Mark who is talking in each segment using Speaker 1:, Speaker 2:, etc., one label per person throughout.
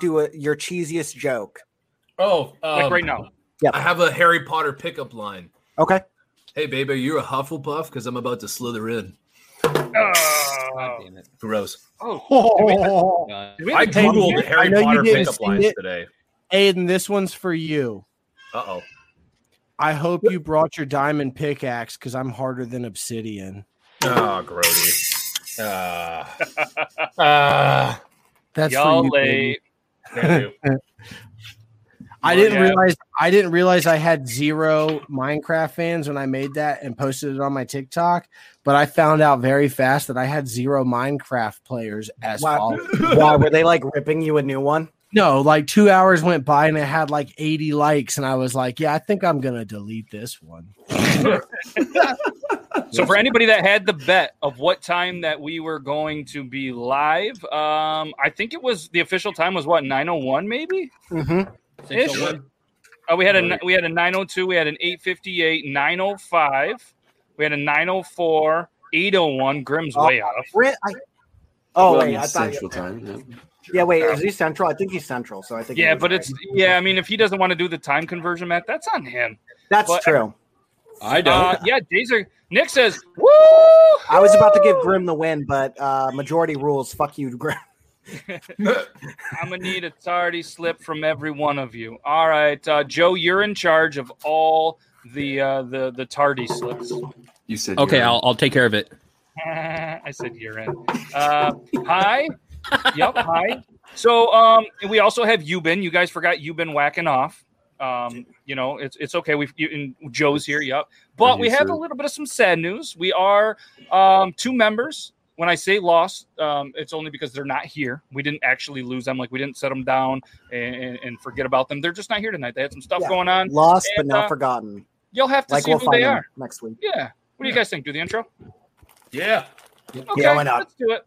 Speaker 1: do a, your cheesiest joke.
Speaker 2: Oh, um,
Speaker 3: Like right now.
Speaker 2: I have a Harry Potter pickup line.
Speaker 1: Okay.
Speaker 2: Hey, babe, are you a Hufflepuff? Because I'm about to slither in.
Speaker 3: Oh,
Speaker 4: damn it.
Speaker 2: Gross.
Speaker 5: Oh,
Speaker 4: God.
Speaker 3: Did we
Speaker 2: I
Speaker 3: have to take-
Speaker 2: googled
Speaker 5: I
Speaker 2: Harry
Speaker 5: know you
Speaker 2: Potter
Speaker 5: didn't
Speaker 2: pickup
Speaker 5: see
Speaker 2: lines
Speaker 5: it.
Speaker 2: today.
Speaker 5: Aiden, this one's for you.
Speaker 2: Uh oh.
Speaker 5: I hope you brought your diamond pickaxe because I'm harder than obsidian.
Speaker 2: Oh, Grody. Uh, uh,
Speaker 5: That's
Speaker 3: y'all
Speaker 5: for you, baby.
Speaker 3: late.
Speaker 2: thank you.
Speaker 5: I didn't
Speaker 3: Yeah.
Speaker 5: realize I didn't realize I had zero Minecraft fans when I made that and posted it on my TikTok, but I found out very fast that I had zero Minecraft players as
Speaker 1: Wow.
Speaker 5: followers.
Speaker 1: Why were they like ripping you a new one?
Speaker 5: No, like two hours went by and it had like 80 likes, and I was like, Yeah, I think I'm gonna delete this one.
Speaker 3: So for anybody that had the bet of what time that we were going to be live, um, I think it was the official time was what nine oh one maybe.
Speaker 5: Mm-hmm.
Speaker 4: Six oh
Speaker 3: Ish.
Speaker 4: one.
Speaker 3: Oh, we had a we had a nine oh two, we had an eight fifty eight, nine oh five, we had a 904, 801. Grimm's way off.
Speaker 1: Re- I- oh,
Speaker 6: Well,
Speaker 1: wait. I
Speaker 6: it's
Speaker 1: thought,
Speaker 6: Central Time. yeah.
Speaker 1: yeah, wait. Is he central? I think he's central. So I think. he
Speaker 3: Yeah,
Speaker 1: was
Speaker 3: but
Speaker 1: right.
Speaker 3: it's yeah. I mean, if he doesn't want to do the time conversion, Matt, that's on him.
Speaker 1: That's
Speaker 3: but-
Speaker 1: true.
Speaker 6: I don't.
Speaker 3: Uh, yeah, days are. Nick says, "Woo!"
Speaker 1: I was about to give Grim the win, but uh, majority rules. Fuck you, Grim.
Speaker 3: I'm gonna need a tardy slip from every one of you. All right, uh, Joe, you're in charge of all the uh, the the tardy slips.
Speaker 6: You said
Speaker 4: Okay,
Speaker 6: you're-
Speaker 4: I'll, I'll take care of it.
Speaker 3: I said you're in. Uh, hi. Yep. Hi. So um, and we also have you been. You guys forgot you been whacking off. Um, you know, it's it's okay. We've you, and Joe's here. Yep. But we have a little bit of some sad news. We are um, two members. When I say lost, um, it's only because they're not here. We didn't actually lose them. Like we didn't set them down and, and, and forget about them. They're just not here tonight. They had some stuff
Speaker 1: Yeah.
Speaker 3: going on.
Speaker 1: Lost but
Speaker 3: And,
Speaker 1: not
Speaker 3: uh,
Speaker 1: forgotten.
Speaker 3: You'll have to
Speaker 1: Like
Speaker 3: see
Speaker 1: we'll
Speaker 3: who
Speaker 1: find
Speaker 3: they
Speaker 1: him
Speaker 3: are.
Speaker 1: next week.
Speaker 3: Yeah. What do you guys think? Do the intro?
Speaker 2: Yeah.
Speaker 3: Okay,
Speaker 1: why not?
Speaker 3: let's do it.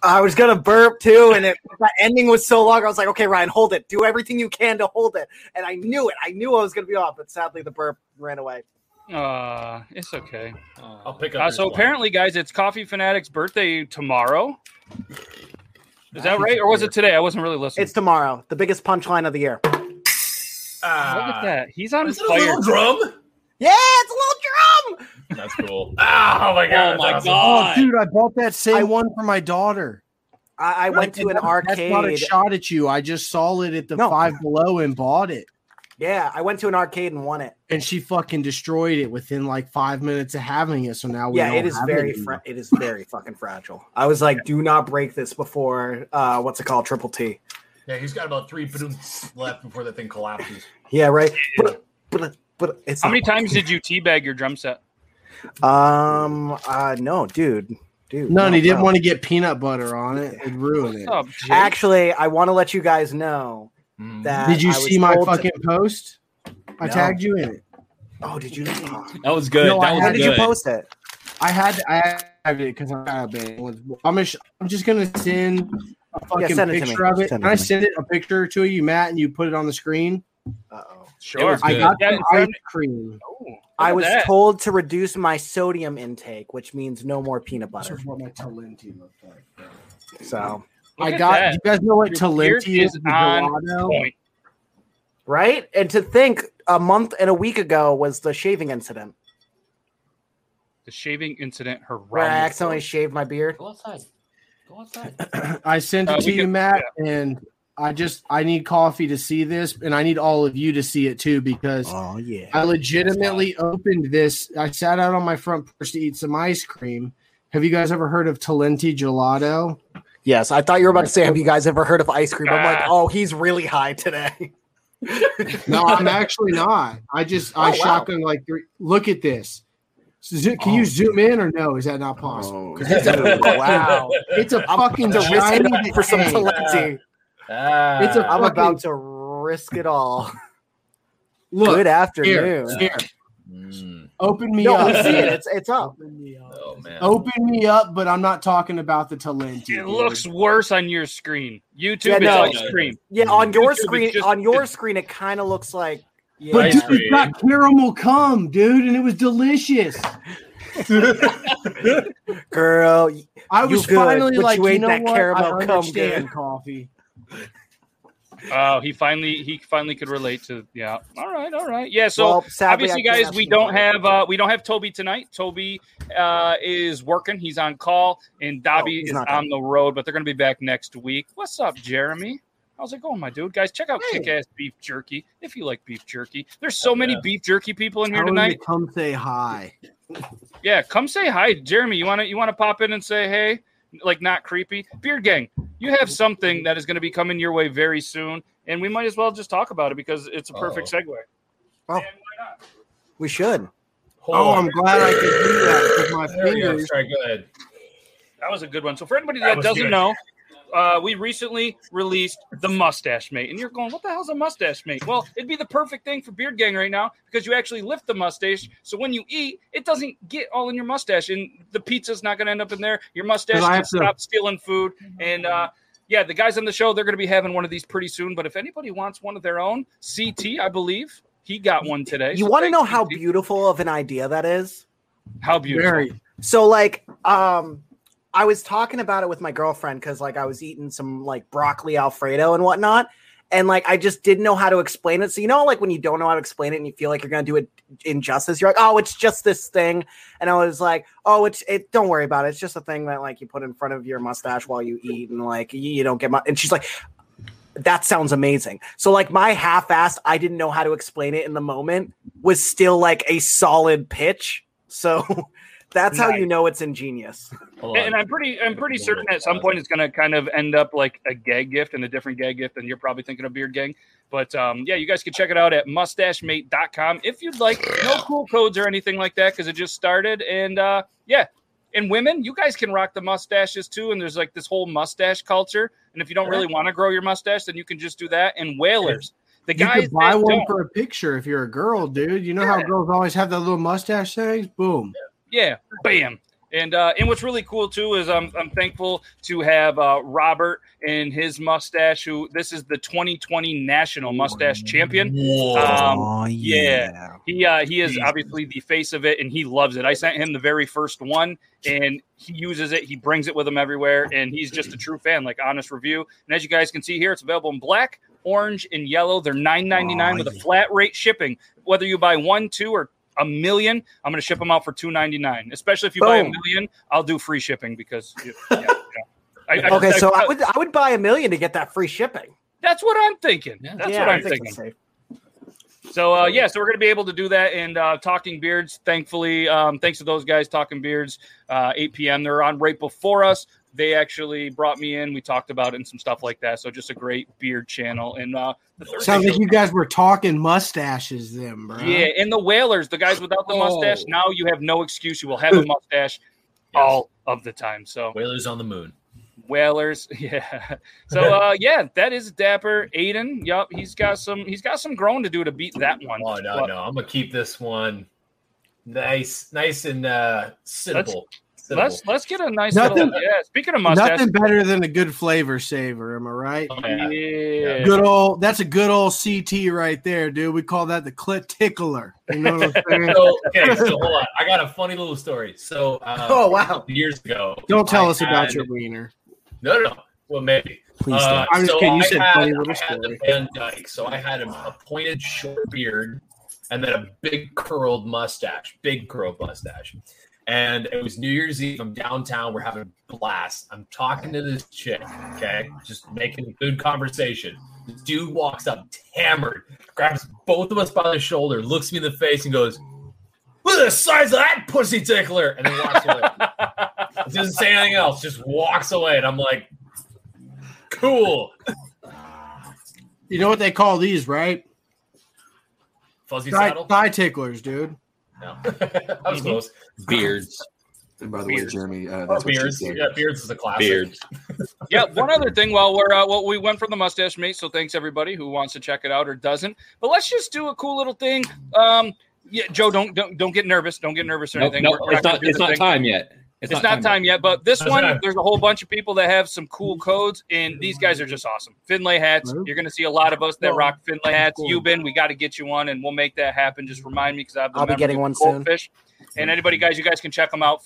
Speaker 1: I was gonna burp too, and it, the ending was so long. I was like, "Okay, Ryan, hold it. Do everything you can to hold it." And I knew it. I knew I was gonna be off, but sadly, the burp ran away.
Speaker 3: Uh, it's okay.
Speaker 2: I'll pick up.
Speaker 3: Uh,
Speaker 2: your
Speaker 3: so
Speaker 2: slack.
Speaker 3: apparently, guys, it's Coffee Fanatic's birthday tomorrow. Is that right, or was it today? I wasn't really listening.
Speaker 1: It's tomorrow. The biggest punchline of the year.
Speaker 2: Ah,
Speaker 3: Look at that. He's on
Speaker 2: Is it a
Speaker 3: fire.
Speaker 2: little drum?
Speaker 1: Yeah, it's a little drum.
Speaker 2: That's cool. Ah, oh my god.
Speaker 4: my
Speaker 2: that's
Speaker 4: God.
Speaker 5: Oh, dude, I bought that same
Speaker 1: I-
Speaker 5: one for my daughter.
Speaker 1: I, I went to an
Speaker 5: That's not a
Speaker 1: arcade.
Speaker 5: shot at you. I just saw it at the
Speaker 1: No.
Speaker 5: five below and bought it.
Speaker 1: Yeah, I went to an arcade and won it.
Speaker 5: And she fucking destroyed it within like five minutes of having it. So now Oh, we
Speaker 1: yeah,
Speaker 5: don't
Speaker 1: it is
Speaker 5: have
Speaker 1: very
Speaker 5: anymore.
Speaker 1: fra- it is very fucking fragile. I was like, "Do not break this before uh, what's it called, triple T."
Speaker 2: Yeah, he's got about three balloons left before that thing collapses.
Speaker 1: Yeah, right. But, but, but it's
Speaker 3: How
Speaker 1: not
Speaker 3: many times did you teabag your drum set?
Speaker 1: Um. Uh. No, dude. Dude.
Speaker 5: None. He didn't
Speaker 1: no.
Speaker 5: want to get peanut butter on it. It'd ruin it.
Speaker 3: What's up, Jake?
Speaker 1: Actually, I want to let you guys know
Speaker 2: Mm.
Speaker 1: that.
Speaker 5: Did you
Speaker 1: I was
Speaker 5: see my
Speaker 1: told to-
Speaker 5: fucking post? I
Speaker 1: No.
Speaker 5: tagged you in it.
Speaker 1: oh, did you? Oh,
Speaker 4: That was good.
Speaker 5: No, I
Speaker 4: that was
Speaker 1: how
Speaker 5: had-
Speaker 1: did
Speaker 4: good.
Speaker 1: you post it?
Speaker 5: I had I had it because I'm out of bed. I'm, gonna sh- I'm just gonna send a fucking
Speaker 1: send it to me.
Speaker 5: picture of it.
Speaker 1: Send it
Speaker 5: Can I
Speaker 1: to me.
Speaker 5: send it a picture to you, Matt, and you put it on the screen?
Speaker 1: Uh oh.
Speaker 3: It
Speaker 4: Sure.
Speaker 3: was
Speaker 5: I
Speaker 4: good.
Speaker 5: got
Speaker 3: Yeah,
Speaker 5: some
Speaker 3: send
Speaker 5: ice
Speaker 3: it.
Speaker 5: cream.
Speaker 3: Oh, look
Speaker 1: I
Speaker 3: at
Speaker 1: was
Speaker 3: that.
Speaker 1: told to reduce my sodium intake, which means no more peanut
Speaker 5: This
Speaker 1: butter.
Speaker 5: is what my Talenti looked like.
Speaker 1: So,
Speaker 3: Look
Speaker 5: I
Speaker 3: at
Speaker 5: got.
Speaker 3: that.
Speaker 5: You guys know what
Speaker 3: Your beard
Speaker 5: Talenti is?
Speaker 3: is
Speaker 5: the
Speaker 3: on
Speaker 5: gelato?
Speaker 3: Point.
Speaker 1: right? And to think a month and a week ago was the shaving incident
Speaker 3: The shaving incident. Her
Speaker 1: where I accidentally shaved my beard.
Speaker 4: Go outside. Go outside.
Speaker 5: I sent it
Speaker 3: Uh,
Speaker 5: to
Speaker 3: we
Speaker 5: you,
Speaker 3: can-
Speaker 5: Matt, and I just I need coffee to see this, and I need all of you to see it too because
Speaker 1: Oh, yeah.
Speaker 5: I legitimately opened this. I sat out on my front porch to eat some ice cream. Have you guys ever heard of Talenti Gelato?
Speaker 1: Yes, I thought you were about to say, Have you guys ever heard of ice cream? I'm like,
Speaker 3: Ah.
Speaker 1: Oh, he's really high today.
Speaker 7: No, I'm actually not. I just I
Speaker 1: Oh, wow.
Speaker 7: shotgun like three. Look at this. Zo-
Speaker 1: Oh.
Speaker 7: Can you zoom in or no? Is that not possible?
Speaker 6: Oh,
Speaker 1: wow.
Speaker 7: It's a
Speaker 1: I'm
Speaker 7: fucking
Speaker 1: about to risk
Speaker 7: shiny
Speaker 1: it for some
Speaker 7: decay.
Speaker 1: celebrity.
Speaker 4: Ah.
Speaker 7: It's a-
Speaker 1: I'm
Speaker 7: Fucking-
Speaker 1: about to risk it all.
Speaker 7: Look
Speaker 1: Good
Speaker 7: here,
Speaker 1: afternoon.
Speaker 7: here.
Speaker 2: Mm.
Speaker 7: Open me
Speaker 1: No,
Speaker 7: up.
Speaker 1: we see it. It's it's up.
Speaker 7: Open me up.
Speaker 2: Oh man.
Speaker 7: Open me up, but I'm not talking about the Talenti.
Speaker 3: It looks worse on your screen. YouTube
Speaker 1: Yeah,
Speaker 3: is
Speaker 1: no.
Speaker 3: on screen.
Speaker 1: Yeah, on your
Speaker 3: YouTube is
Speaker 1: screen,
Speaker 3: just-
Speaker 1: on your screen, it kind of looks like. Yeah,
Speaker 7: But
Speaker 4: Ice
Speaker 7: dude, it got caramel cum, dude, and it was delicious.
Speaker 1: girl,
Speaker 7: I
Speaker 1: You
Speaker 7: was
Speaker 1: good,
Speaker 7: finally
Speaker 1: but
Speaker 7: like,
Speaker 1: you
Speaker 7: you,
Speaker 1: ain't
Speaker 7: know
Speaker 1: that
Speaker 7: what?
Speaker 1: caramel
Speaker 7: I
Speaker 1: cum,
Speaker 7: understand
Speaker 1: dude.
Speaker 7: coffee.
Speaker 3: Oh, he finally he finally could relate to yeah. All right, all right. Yeah, so
Speaker 1: well, sadly, I
Speaker 3: obviously
Speaker 1: can't
Speaker 3: guys
Speaker 1: ask
Speaker 3: we
Speaker 1: you
Speaker 3: don't
Speaker 1: that.
Speaker 3: have uh we don't have toby tonight toby uh is working he's on call and dobby
Speaker 1: he's
Speaker 3: is
Speaker 1: not
Speaker 3: on the road but they're gonna be back next week what's up jeremy how's it going my dude guys check out
Speaker 7: Hey.
Speaker 3: kick-ass beef jerky if you like beef jerky there's so many
Speaker 4: yeah.
Speaker 3: beef jerky people in
Speaker 7: How
Speaker 3: here
Speaker 7: would you
Speaker 3: tonight
Speaker 7: Come say hi.
Speaker 3: yeah come say hi jeremy you want to you want to pop in and say hey like not creepy beard gang you have something that is going to be coming your way very soon and we might as well just talk about it because it's a perfect segue
Speaker 1: Oh.
Speaker 3: And why not?
Speaker 1: We should.
Speaker 7: Oh, I'm glad I could do that with my
Speaker 4: There we go.
Speaker 7: fingers.
Speaker 4: Sorry, go ahead.
Speaker 3: That was a good one. So for anybody
Speaker 4: That
Speaker 3: that,
Speaker 4: was
Speaker 3: doesn't
Speaker 4: good.
Speaker 3: know, uh, we recently released the Mustache Mate, and you're going, "What the hell's a Mustache Mate?" Well, it'd be the perfect thing for Beard Gang right now because you actually lift the mustache, so when you eat, it doesn't get all in your mustache, and the pizza's not going to end up in there. Your mustache
Speaker 7: 'Cause I
Speaker 3: can
Speaker 7: have to-
Speaker 3: stop stealing food, and uh, yeah, the guys on the show they're going to be having one of these pretty soon. But if anybody wants one of their own, CT, I believe he got one today.
Speaker 1: You
Speaker 3: So
Speaker 1: want to
Speaker 3: thank
Speaker 1: know
Speaker 3: you,
Speaker 1: how
Speaker 3: CT.
Speaker 1: beautiful of an idea that is?
Speaker 3: how beautiful?
Speaker 7: Very.
Speaker 1: So like um I was talking about it with my girlfriend because like I was eating some like broccoli Alfredo and whatnot. And like I just didn't know how to explain it. So you know, like when you don't know how to explain it and you feel like you're gonna do it injustice, you're like, oh, it's just this thing. And I was like, oh, it's it. Don't worry about it. It's just a thing that like you put in front of your mustache while you eat, and like you, you don't get my. And she's like, that sounds amazing. So like my half-assed, I didn't know how to explain it in the moment, was still like a solid pitch. So that's how you know it's ingenious.
Speaker 4: Hold on.
Speaker 3: And I'm pretty, I'm pretty certain at some point it's going to kind of end up like a gag gift and a different gag gift, and you're probably thinking of Beard Gang. But um, yeah, you guys can check it out at mustachemate.com if you'd like. No cool codes or anything like that because it just started. And uh, yeah, and women, you guys can rock the mustaches too. And there's like this whole mustache culture. And if you don't really want to grow your mustache, then you can just do that. And whalers, the
Speaker 7: You
Speaker 3: guys
Speaker 7: could buy
Speaker 3: that
Speaker 7: one
Speaker 3: don't-
Speaker 7: for a picture if you're a girl, dude. You know how
Speaker 3: Yeah.
Speaker 7: girls always have that little mustache things? Boom.
Speaker 3: Yeah, bam. And uh, and what's really cool too is I'm I'm thankful to have uh, Robert and his mustache. Who this is the 2020 national mustache champion. Um, yeah. He uh, he is obviously the face of it, and he loves it. I sent him the very first one, and he uses it. He brings it with him everywhere, and he's just a true fan. Like honest review. And as you guys can see here, it's available in black, orange, and yellow. They're 9.99 with a flat rate shipping. Whether you buy one, two, or a million, I'm going to ship them out for 2.99. Especially if you buy a
Speaker 1: Boom.
Speaker 3: million, I'll do free shipping because. Yeah, yeah, yeah. I- I-
Speaker 1: Okay, so
Speaker 3: I-
Speaker 1: I would I would buy a million to get that free shipping.
Speaker 3: that's what I'm thinking.
Speaker 4: Yeah.
Speaker 3: That's
Speaker 1: Yeah,
Speaker 3: what
Speaker 1: I
Speaker 3: I'm
Speaker 1: think
Speaker 3: thinking.
Speaker 1: that's safe.
Speaker 3: So uh, yeah, so we're gonna be able to do that. And uh, Talking Beards, thankfully, um, thanks to those guys, Talking Beards, uh, 8 p.m. They're on right before us. They actually brought me in. We talked about it and some stuff like that. So just a great beard channel. And uh, the Thursday
Speaker 7: Sounds
Speaker 3: show-
Speaker 7: like you guys were talking mustaches then, bro.
Speaker 3: yeah, and the Whalers, the guys without the mustache.
Speaker 4: Oh.
Speaker 3: Now you have no excuse. You will have a mustache all of the time. So
Speaker 2: Whalers on the moon.
Speaker 3: Whalers, yeah. So uh, yeah, that is Dapper Aiden. Yup, he's got some. He's got some growing to do to beat that one.
Speaker 2: Oh no,
Speaker 3: But-
Speaker 2: no, I'm gonna keep this one nice, nice and uh, sittable.
Speaker 3: Let's let's get a nice
Speaker 7: Nothing-
Speaker 3: little yeah. Speaking of mustache,
Speaker 7: Nothing better than a good flavor saver, am I right?
Speaker 2: Yeah.
Speaker 3: yeah.
Speaker 7: Good old that's a good old CT right there, dude. We call that the clit tickler. You know what I'm saying?
Speaker 2: So, okay, so hold on. I got a funny little story. So, uh,
Speaker 1: Oh wow.
Speaker 2: years ago,
Speaker 7: Don't tell
Speaker 2: I
Speaker 7: us about
Speaker 2: had-
Speaker 7: your wiener.
Speaker 2: No, no. Well, maybe.
Speaker 5: Please
Speaker 2: Uh,
Speaker 7: I'm just
Speaker 2: so
Speaker 7: kidding. You
Speaker 2: I
Speaker 7: said
Speaker 2: had,
Speaker 7: funny little
Speaker 2: I had the
Speaker 7: story.
Speaker 2: Van Dyke. So I had a, a pointed short beard and then a big curled mustache, big curled mustache. And it was New Year's Eve. I'm downtown. We're having a blast. I'm talking to this chick, okay? Just making good conversation. This dude walks up, hammered, grabs both of us by the shoulder, looks me in the face, and goes, Look at the size of that pussy tickler. And then walks away. doesn't say anything else, just walks away. And I'm like, cool.
Speaker 7: You know what they call these, right?
Speaker 2: Fuzzy
Speaker 7: Thigh,
Speaker 2: saddle?
Speaker 7: thigh ticklers, dude.
Speaker 2: No. that was
Speaker 3: Mhm.
Speaker 2: close.
Speaker 4: Beards.
Speaker 6: And by the way,
Speaker 2: Beards.
Speaker 6: Jeremy, uh,
Speaker 2: Oh,
Speaker 6: that's what she
Speaker 2: beards.
Speaker 6: said.
Speaker 2: Yeah, beards is a classic.
Speaker 4: Beards.
Speaker 3: yeah. One other thing, while we're uh, well, we went from the mustache mate, so thanks everybody who wants to check it out or doesn't. But let's just do a cool little thing. Um, yeah, Joe, don't don't don't get nervous. Don't get nervous or
Speaker 4: Nope,
Speaker 3: anything.
Speaker 4: nope,
Speaker 3: We're- we're
Speaker 4: it's
Speaker 3: gonna
Speaker 4: not.
Speaker 3: do
Speaker 4: It's
Speaker 3: the
Speaker 4: not
Speaker 3: thing.
Speaker 4: time yet.
Speaker 3: It's, not, time, yet, but this
Speaker 2: That's
Speaker 3: one,
Speaker 2: right.
Speaker 3: there's a whole bunch of people that have some cool codes, and these guys are just awesome. Finlay hats. You're going to see a lot of us that rock Finlay hats. You've been, we got to get you one, and we'll make that happen. Just remind me because I've
Speaker 1: I'll be getting one soon.
Speaker 3: Goldfish. And anybody, guys, you guys can check them out,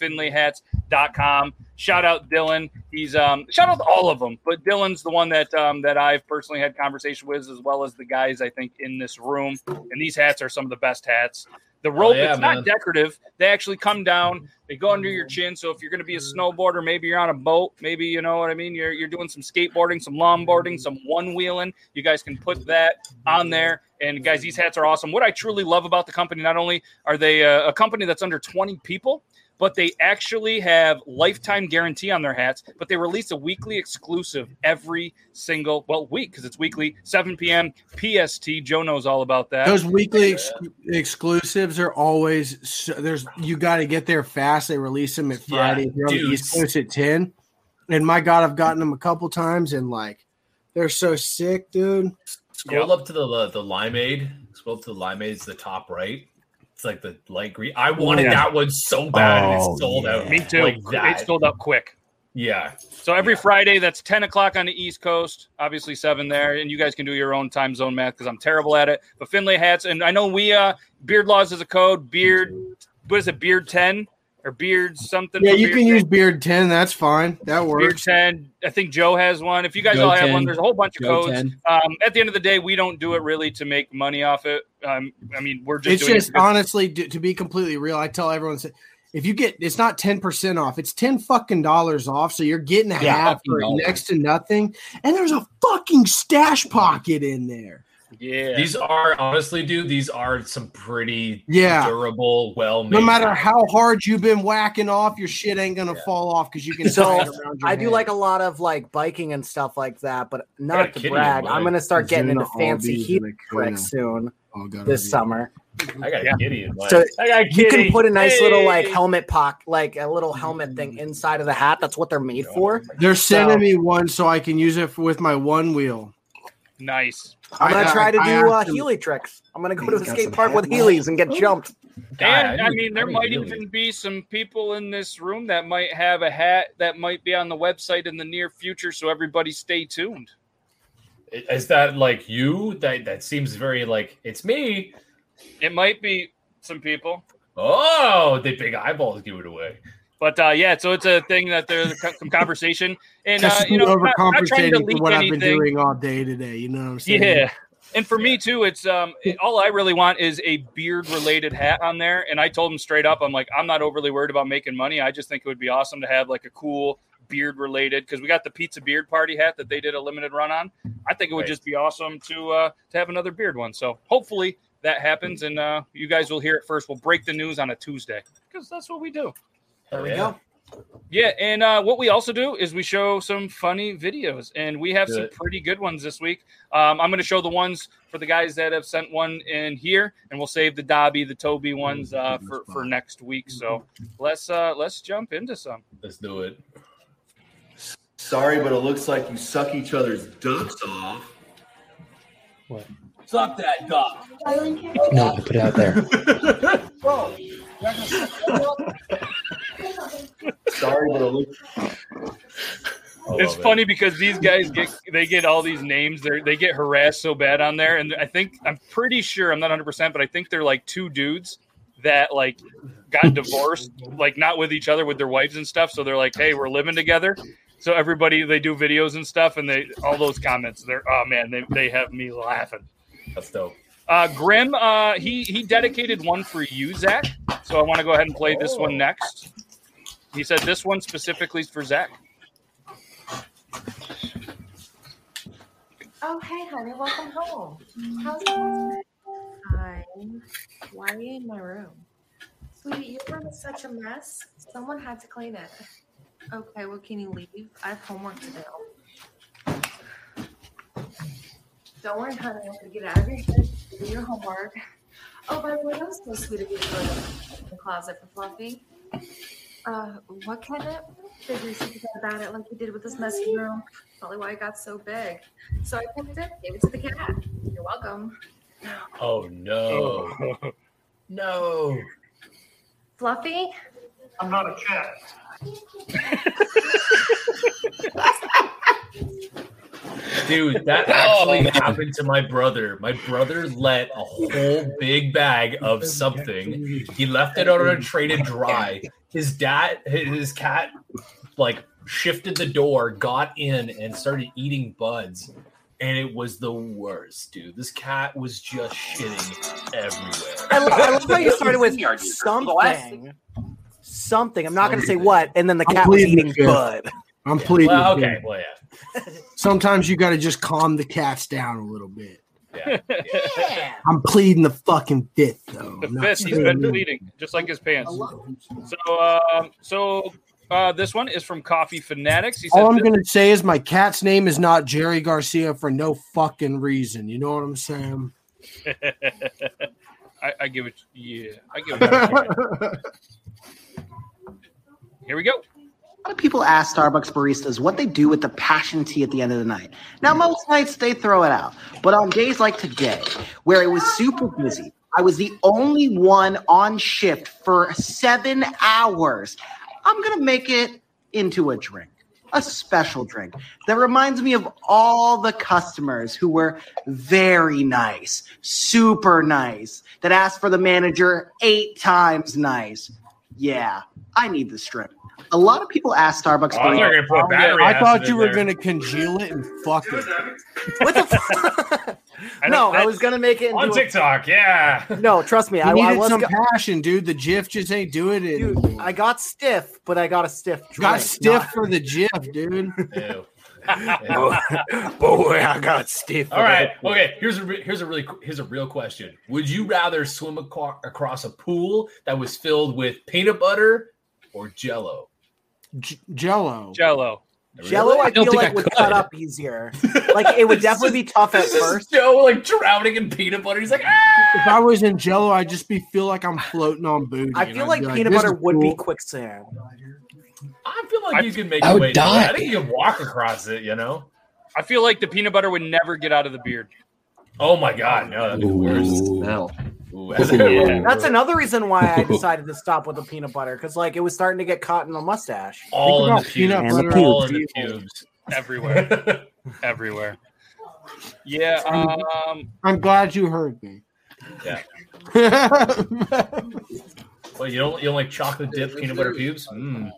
Speaker 3: finleyhats.com. Shout out Dylan. He's um shout out to all of them, but Dylan's the one that um that I've personally had conversation with, as well as the guys I think in this room. And these hats are some of the best hats. The rope,
Speaker 2: Oh, yeah,
Speaker 3: it's
Speaker 2: man.
Speaker 3: not decorative. They actually come down. They go under your chin. So if you're going to be a snowboarder, maybe you're on a boat, maybe you know what I mean. You're you're doing some skateboarding, some longboarding, some one wheeling. You guys can put that on there. And guys, these hats are awesome. What I truly love about the company, not only are they uh, a company that's under 20 people, but they actually have lifetime guarantee on their hats. But they release a weekly exclusive every single well week because it's weekly 7 p.m. PST. Joe knows all about that.
Speaker 7: Those weekly ex- exclusives are always so, there's you got to get there fast. They release them at
Speaker 2: Yeah,
Speaker 7: Friday here on the
Speaker 2: dudes.
Speaker 7: East Coast at ten. And my God, I've gotten them a couple times, and like they're so sick, dude.
Speaker 2: Scroll
Speaker 3: Yep.
Speaker 2: up to the the, the limeade. Scroll up to the limeade. It's the top right. It's like the light green. I wanted
Speaker 3: Yeah.
Speaker 2: that one so bad, and
Speaker 5: Oh,
Speaker 2: it's sold out.
Speaker 3: Me too.
Speaker 2: Like that.
Speaker 3: It sold up quick.
Speaker 2: yeah.
Speaker 3: So every Friday, that's 10 o'clock on the East Coast, obviously 7 there. And you guys can do your own time zone math because I'm terrible at it. But Finlay hats, and I know we, uh, Beard Laws is a code, Beard, what is it, Beard 10 or Beard something?
Speaker 7: Yeah,
Speaker 3: for
Speaker 7: you
Speaker 3: beard
Speaker 7: can
Speaker 3: 10?
Speaker 7: use Beard Ten. That's fine. That
Speaker 3: Beard
Speaker 7: works.
Speaker 3: 10. I think Joe has one. If you guys
Speaker 4: Joe
Speaker 3: all have
Speaker 4: 10.
Speaker 3: one, there's a whole bunch of
Speaker 4: Joe
Speaker 3: codes.
Speaker 4: 10.
Speaker 3: Um, at the end of the day, we don't do it really to make money off it. Um, I mean, we're just
Speaker 7: it's
Speaker 3: doing
Speaker 7: just
Speaker 3: it. because-
Speaker 7: honestly to, to be completely real i tell everyone if you get it's not 10% off it's 10 fucking dollars off so you're getting a
Speaker 4: Yeah,
Speaker 7: half
Speaker 4: fucking
Speaker 7: for
Speaker 4: dollars.
Speaker 7: next to nothing and there's a fucking stash pocket in there
Speaker 3: yeah.
Speaker 2: These are honestly, dude. These are some pretty
Speaker 7: Yeah.
Speaker 2: durable, well made.
Speaker 7: no matter how hard you've been whacking off your shit ain't gonna fall off because you can
Speaker 1: So,
Speaker 7: tie it around your
Speaker 1: I do
Speaker 7: hand.
Speaker 1: like a lot of like biking and stuff like that, but
Speaker 2: got a
Speaker 1: not
Speaker 2: kid
Speaker 1: to
Speaker 2: in
Speaker 1: brag.
Speaker 2: mind.
Speaker 1: I'm gonna start getting
Speaker 7: Zuna,
Speaker 1: into fancy
Speaker 7: Aldi's,
Speaker 1: heel
Speaker 7: and Acuna.
Speaker 1: tricks soon
Speaker 7: Oh, God,
Speaker 1: this
Speaker 7: I-
Speaker 1: summer.
Speaker 2: I got
Speaker 3: Yeah.
Speaker 2: a kitty in my.
Speaker 1: So
Speaker 2: I got a
Speaker 1: You
Speaker 2: kitty.
Speaker 1: can put a nice little like
Speaker 2: Hey.
Speaker 1: helmet pocket, like a little helmet thing inside of the hat. That's what they're made for.
Speaker 7: Mm. they're sending
Speaker 1: So-
Speaker 7: me one so i can use it for, with my one wheel
Speaker 3: nice.
Speaker 1: I'm gonna
Speaker 7: I-
Speaker 1: try to
Speaker 7: I- I
Speaker 1: do uh,
Speaker 7: actually-
Speaker 1: Healy tricks. I'm gonna go to
Speaker 6: He's
Speaker 1: the
Speaker 6: got
Speaker 1: skate
Speaker 6: some
Speaker 1: park with
Speaker 6: hat.
Speaker 1: Heelys and get jumped.
Speaker 2: God,
Speaker 3: And I
Speaker 2: need-
Speaker 3: mean, there
Speaker 2: need
Speaker 3: might
Speaker 2: really-
Speaker 3: even be some people in this room that might have a hat that might be on the website in the near future. So everybody stay tuned.
Speaker 2: Is that like you? That that seems very like it's me.
Speaker 3: It might be some people,
Speaker 2: Oh, the big eyeballs give it away.
Speaker 3: but uh, yeah. So it's a thing that there's co- some conversation, and uh,
Speaker 7: Just
Speaker 3: you know, not, not trying to
Speaker 7: overcompensating
Speaker 3: leak
Speaker 7: for what i've been
Speaker 3: anything.
Speaker 7: doing all day today you know what i'm saying
Speaker 3: Yeah. And for me too, it's um it- all I really want is a beard related hat on there. And I told him straight up, I'm like, I'm not overly worried about making money. I just think it would be awesome to have like a cool beard related because we got the pizza beard party hat that they did a limited run on. I think it would
Speaker 2: Right.
Speaker 3: just be awesome to uh to have another beard one. So hopefully that happens and uh you guys will hear it first. We'll break the news on a Tuesday because that's what we do.
Speaker 2: There
Speaker 1: we go.
Speaker 3: Yeah, and uh, what we also do is we show some funny videos, and we have
Speaker 2: Do
Speaker 3: some
Speaker 2: it.
Speaker 3: pretty good ones this week. Um, I'm going to show the ones for the guys that have sent one in here, and we'll save the Dobby, the Toby ones uh, for for next week. So let's uh, let's jump into some.
Speaker 2: Let's do it.
Speaker 8: Sorry, but it looks like you suck each other's ducks off. What? Suck that duck.
Speaker 9: No, I put it out there.
Speaker 8: Sorry, but it looks.
Speaker 2: I
Speaker 3: It's
Speaker 2: love it.
Speaker 3: funny because these guys get they get all these names. They they get harassed so bad on there, and I think I'm pretty sure I'm not 100, percent but I think they're like two dudes that like got divorced, like not with each other, with their wives and stuff. So they're like, hey, we're living together. So everybody they do videos and stuff, and they all those comments. They're oh man, they they have me laughing.
Speaker 2: That's dope.
Speaker 3: Uh, Grim, uh, he he dedicated one for you, Zach. So I want to go ahead and play this one next. He said this one specifically is for Zach.
Speaker 10: Oh, hey, honey, welcome home. How's it? Hi. Mm-hmm. Why are you in my room? Sweetie, your room is such a mess. Someone had to clean it. Okay, well, can you leave? I have homework to do. Don't worry, honey. I'm gonna get out of your head, do your homework. Oh, by the way, that was so sweet of you to go to the closet for Fluffy. Uh, what kind of figure you think about it like you did with this messy room? Probably why it got so big. So I picked it, gave it to the cat. You're welcome.
Speaker 2: Oh no. no.
Speaker 10: Fluffy?
Speaker 11: I'm not a cat.
Speaker 2: Dude, that actually happened to my brother. My brother let a whole big bag of something. He left it out on a tray to dry. His dad, his cat, like shifted the door, got in, and started eating buds. And it was the worst, dude. This cat was just shitting everywhere.
Speaker 1: I love, I love how you started with something. Something. I'm not going to say what. And then the
Speaker 7: I'm
Speaker 1: cat was
Speaker 7: pleading
Speaker 1: eating
Speaker 7: the fifth.
Speaker 1: bud.
Speaker 7: I'm pleading.
Speaker 2: Well,
Speaker 7: the
Speaker 2: okay.
Speaker 7: fifth.
Speaker 2: Well, yeah.
Speaker 7: Sometimes you got to just calm the cats down a little bit.
Speaker 2: Yeah.
Speaker 3: yeah.
Speaker 7: I'm pleading the fucking fifth, though.
Speaker 3: The
Speaker 7: I'm not
Speaker 3: fifth, he's
Speaker 7: saying-
Speaker 3: been bleeding, just like his pants. So, um, so uh, this one is from Coffee Fanatics. He says,
Speaker 7: All I'm going to say is my cat's name is not Jerry Garcia for no fucking reason. You know what I'm saying?
Speaker 3: I, I give it, yeah, I give it. Here we go.
Speaker 12: A lot of people ask Starbucks baristas what they do with the passion tea at the end of the night. Now, most nights they throw it out, but on days like today, where it was super busy, I was the only one on shift for seven hours. I'm gonna make it into a drink, a special drink that reminds me of all the customers who were very nice, super nice, that asked for the manager eight times nice. Yeah, I need this drink. A lot of people ask Starbucks.
Speaker 2: Oh, they're gonna put battery
Speaker 7: I thought
Speaker 2: acid
Speaker 7: you
Speaker 2: in
Speaker 7: were
Speaker 2: there.
Speaker 7: going to congeal it and fuck it.
Speaker 1: no, I was going to make it
Speaker 2: On
Speaker 1: into a-
Speaker 2: TikTok, yeah.
Speaker 1: No, trust me.
Speaker 7: You
Speaker 1: I, I
Speaker 7: needed
Speaker 1: was
Speaker 7: some
Speaker 1: go-
Speaker 7: passion, dude. The GIF just ain't doing it. anymore.
Speaker 1: I got stiff, but I got a stiff. Drink,
Speaker 7: got stiff
Speaker 1: not-
Speaker 7: for the GIF, dude.
Speaker 1: Boy, I got stiff.
Speaker 2: All right. Okay. Here's a re- here's a really qu- here's a real question. Would you rather swim aco- across a pool that was filled with peanut butter or Jello?
Speaker 7: J- Jello.
Speaker 3: Jello.
Speaker 1: Jello, I, feel like would cut up easier. Like it would definitely be tough at
Speaker 2: This is
Speaker 1: first.
Speaker 2: Joe like drowning in peanut butter. He's like, "Ah!"
Speaker 7: If I was in Jello, I'd just be feel like I'm floating on booty.
Speaker 1: I
Speaker 7: and
Speaker 1: feel
Speaker 7: I'd
Speaker 1: like
Speaker 7: be
Speaker 1: peanut
Speaker 7: this
Speaker 1: butter
Speaker 7: is
Speaker 1: would be
Speaker 7: cool.
Speaker 1: quicksand.
Speaker 2: I feel like you can make
Speaker 1: I
Speaker 2: your
Speaker 1: would
Speaker 2: way. to it. I
Speaker 1: die.
Speaker 2: think you can walk across it. You know.
Speaker 3: I feel like the peanut butter would never get out of the beard.
Speaker 2: Oh my god, no! That'd be the worst. Ooh, that's-
Speaker 1: That's another reason why I decided to stop with the peanut butter because like it was starting to get caught in the mustache.
Speaker 2: All in the pubes.
Speaker 1: peanut butter
Speaker 2: All in
Speaker 1: is
Speaker 2: the pubes.
Speaker 3: everywhere, everywhere. Yeah. Um,
Speaker 7: I'm glad you heard me.
Speaker 2: Yeah.
Speaker 7: this
Speaker 2: Well, you don't you don't like chocolate dip peanut butter pubes? Mm.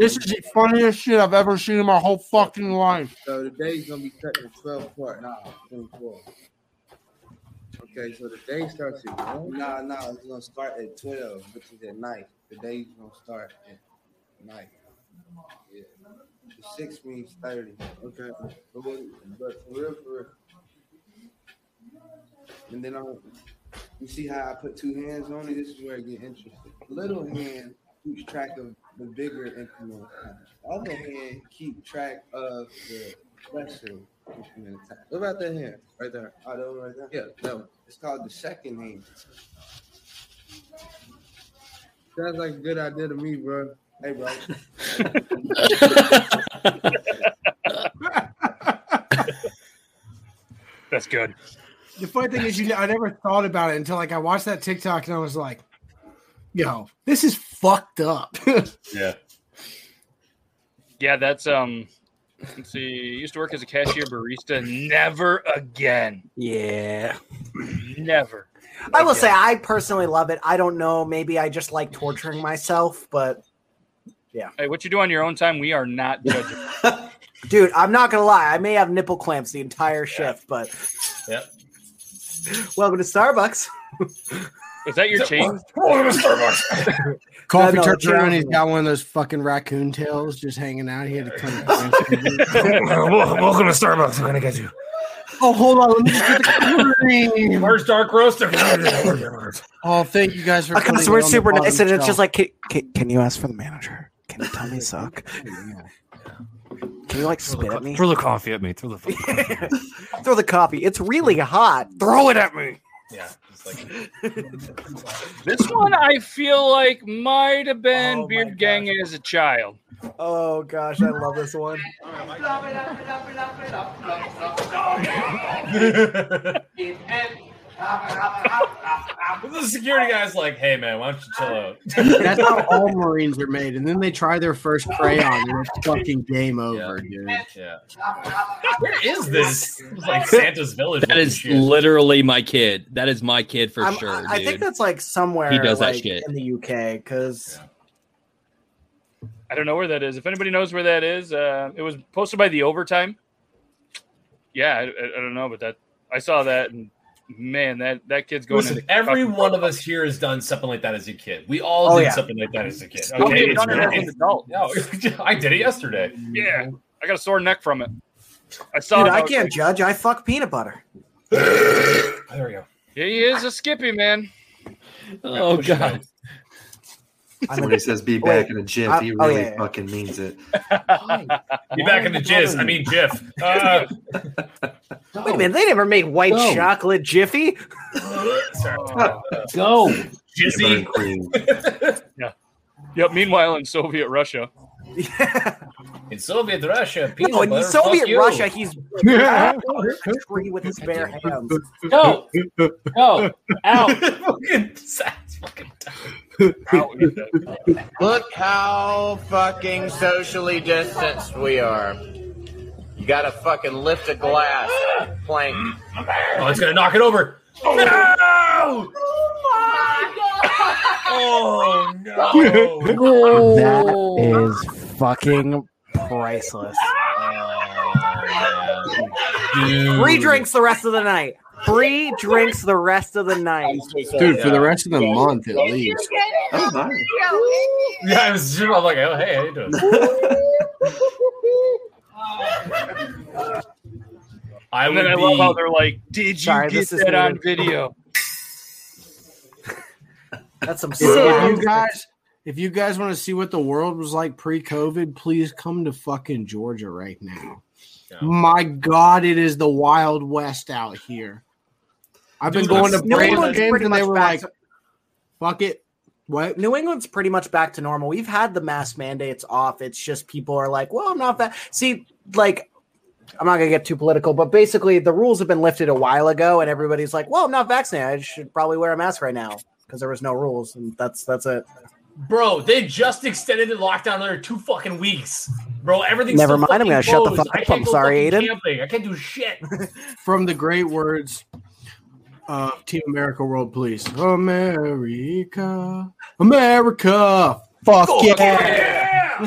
Speaker 7: is the funniest shit I've ever seen in my whole fucking life.
Speaker 13: So today's gonna be cut in twelve part. Nah, twenty-four. Okay, so the day starts at one. Nah, nah, it's gonna start at twelve, which is at night. The day's gonna start at night. Yeah. The six means thirty. Okay. But, what- but for real, for real. And then I'm. You see how I put two hands on it? This is where it get interesting. Little hand keeps track of the bigger increment. Other hand keep track of the lesser increment. attack. What about that hand right there? Oh, that one right there. Yeah, that one. It's called the second hand. Sounds like a good idea to me, bro. Hey, bro.
Speaker 3: That's good.
Speaker 7: The funny thing is, you I never thought about it until like I watched that TikTok and I was like, "Yo, this is fucked up."
Speaker 2: Yeah.
Speaker 3: Yeah, that's um. Let's see. Used to work as a cashier barista. Never again.
Speaker 1: Yeah.
Speaker 3: Never.
Speaker 1: I will say I personally love it. I don't know. Maybe I just like torturing myself, but Yeah.
Speaker 3: Hey, what you do on your own time, we are not judging.
Speaker 1: dude, I'm not gonna lie. I may have nipple clamps the entire shift, but
Speaker 2: Yep.
Speaker 1: welcome to Starbucks.
Speaker 3: Is that your chain?
Speaker 1: Uh,
Speaker 5: Coffee
Speaker 1: no,
Speaker 5: turned
Speaker 1: the
Speaker 5: around.
Speaker 1: tail-
Speaker 5: He's got one of those fucking raccoon tails just hanging out. He had to clean. Welcome
Speaker 2: to Starbucks. I'm gonna get you.
Speaker 5: Oh, hold on. Let me just get the cream.
Speaker 2: Where's dark roast?
Speaker 5: Oh, thank you guys for.
Speaker 1: A
Speaker 5: putting it
Speaker 1: customer
Speaker 5: on the
Speaker 1: super
Speaker 5: bottom
Speaker 1: nice, and it's just
Speaker 5: shelf.
Speaker 1: like, can, can, can you ask for the manager? Can you tell me suck? Can you like spit at me?
Speaker 14: Throw the coffee at me. Throw the.
Speaker 1: Throw the coffee. It's really hot. Throw it at me.
Speaker 2: Yeah. Like,
Speaker 3: This one I feel like might have been Beard Gang as a child.
Speaker 1: Oh gosh, I love this one.
Speaker 2: the security guy's like, "Hey man, why don't you chill out?"
Speaker 5: That's how all Marines are made, and then they try their first crayon, and it's fucking game over, dude.
Speaker 2: Yeah. Where is this? It was like Santa's village.
Speaker 4: That is literally my kid. That is my kid for
Speaker 1: I'm-
Speaker 4: sure.
Speaker 1: I, I think
Speaker 4: dude.
Speaker 1: that's like somewhere
Speaker 4: He does that
Speaker 1: like,
Speaker 4: shit.
Speaker 1: in the UK because
Speaker 3: I don't know where that is. If anybody knows where that is, uh, it was posted by the overtime. Yeah, I, I- I don't know, but that I saw that, and man, that that kid's going.
Speaker 2: Listen,
Speaker 3: into
Speaker 2: every one of us here has done something like that as a kid. We all
Speaker 3: Oh,
Speaker 2: did
Speaker 3: yeah.
Speaker 2: something like that as a kid.
Speaker 1: Oh,
Speaker 3: Well, we've done it as an
Speaker 2: it's-
Speaker 3: adult.
Speaker 2: No, I did it yesterday.
Speaker 3: yeah, I got a sore neck from it. I saw.
Speaker 1: dude,
Speaker 3: it,
Speaker 1: I
Speaker 3: was
Speaker 1: can't
Speaker 3: like,
Speaker 1: judge. I fuck peanut butter.
Speaker 2: There we go.
Speaker 3: He is a Skippy man.
Speaker 4: Oh, God.
Speaker 6: when he says be back in a jiff, he
Speaker 3: Uh,
Speaker 6: really
Speaker 3: oh, yeah, yeah.
Speaker 6: fucking means it.
Speaker 2: Be back in the jizz. I mean, Jiff. Uh,
Speaker 1: Wait a minute, they never made white
Speaker 2: No.
Speaker 1: chocolate Jiffy.
Speaker 2: sorry. Uh,
Speaker 1: Go.
Speaker 2: Jizzy.
Speaker 3: yeah. Yep. Meanwhile, in Soviet Russia.
Speaker 2: In Soviet Russia, people.
Speaker 1: No, in Soviet Russia, he's
Speaker 2: Yeah.
Speaker 1: a tree with his bare hands.
Speaker 2: No.
Speaker 1: no,
Speaker 14: Look how fucking socially distanced we are. You gotta fucking lift a glass plank.
Speaker 2: Oh, it's gonna knock it over. No! Oh no!
Speaker 5: That is fucking priceless.
Speaker 1: Bree drinks the rest of the night. Bree drinks the rest of the night.
Speaker 5: Dude, for the rest of the month at least.
Speaker 2: Yeah, I was just, I'm like, oh hey, how you doing? I
Speaker 3: and then
Speaker 2: would
Speaker 3: I love
Speaker 2: be-
Speaker 3: how they're like, "Did you
Speaker 2: Sorry,
Speaker 3: get
Speaker 2: this is
Speaker 3: that on
Speaker 2: weird.
Speaker 3: video?"
Speaker 1: That's some.
Speaker 5: If you guys, if you guys want to see what the world was like pre-COVID, please come to fucking Georgia right now. My God, it is the Wild West out here. I've been
Speaker 1: Dude,
Speaker 5: going to
Speaker 1: New
Speaker 5: Braves
Speaker 1: England's
Speaker 5: games
Speaker 1: pretty
Speaker 5: and they
Speaker 1: much
Speaker 5: were
Speaker 1: back
Speaker 5: like,
Speaker 1: to-
Speaker 5: "Fuck it." What?
Speaker 1: New England's pretty much back to normal. We've had the mask mandates off. It's just people are like, well, I'm not that. See, like, I'm not going to get too political, but basically the rules have been lifted a while ago, and everybody's like, well, I'm not vaccinated. I should probably wear a mask right now because there was no rules, and that's that's it.
Speaker 2: Bro, they just extended the lockdown another two fucking weeks. Bro, everything's
Speaker 1: Never
Speaker 2: still
Speaker 1: mind, I'm
Speaker 2: fucking
Speaker 1: gonna shut the
Speaker 2: closed.
Speaker 1: fuck
Speaker 2: I
Speaker 1: up.
Speaker 2: can't
Speaker 1: I'm
Speaker 2: go
Speaker 1: sorry, Aiden.
Speaker 2: fucking Camping. I can't do shit.
Speaker 5: from the great words of Team America World Police. America, America, fuck
Speaker 4: Oh,
Speaker 2: Fuck
Speaker 5: yeah.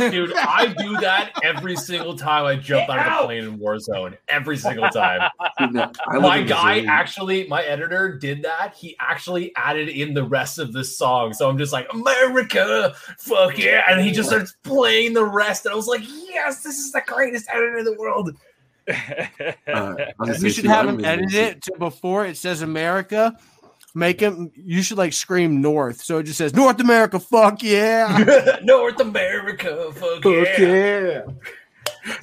Speaker 2: Dude, I do that every single time I jump out of a plane in Warzone. Every single time.
Speaker 6: I live
Speaker 2: my
Speaker 6: in
Speaker 2: guy
Speaker 6: Missouri.
Speaker 2: actually, my editor did that. He actually added in the rest of the song. So I'm just like, America, fuck yeah. And he just starts playing the rest. And I was like, yes, this is the greatest editor in the world.
Speaker 5: Uh, you should have him edit it to before it says America. Make him. You should like scream North, so it just says North America. Fuck yeah.
Speaker 2: North America, fuck,
Speaker 5: Fuck
Speaker 2: yeah.
Speaker 5: yeah.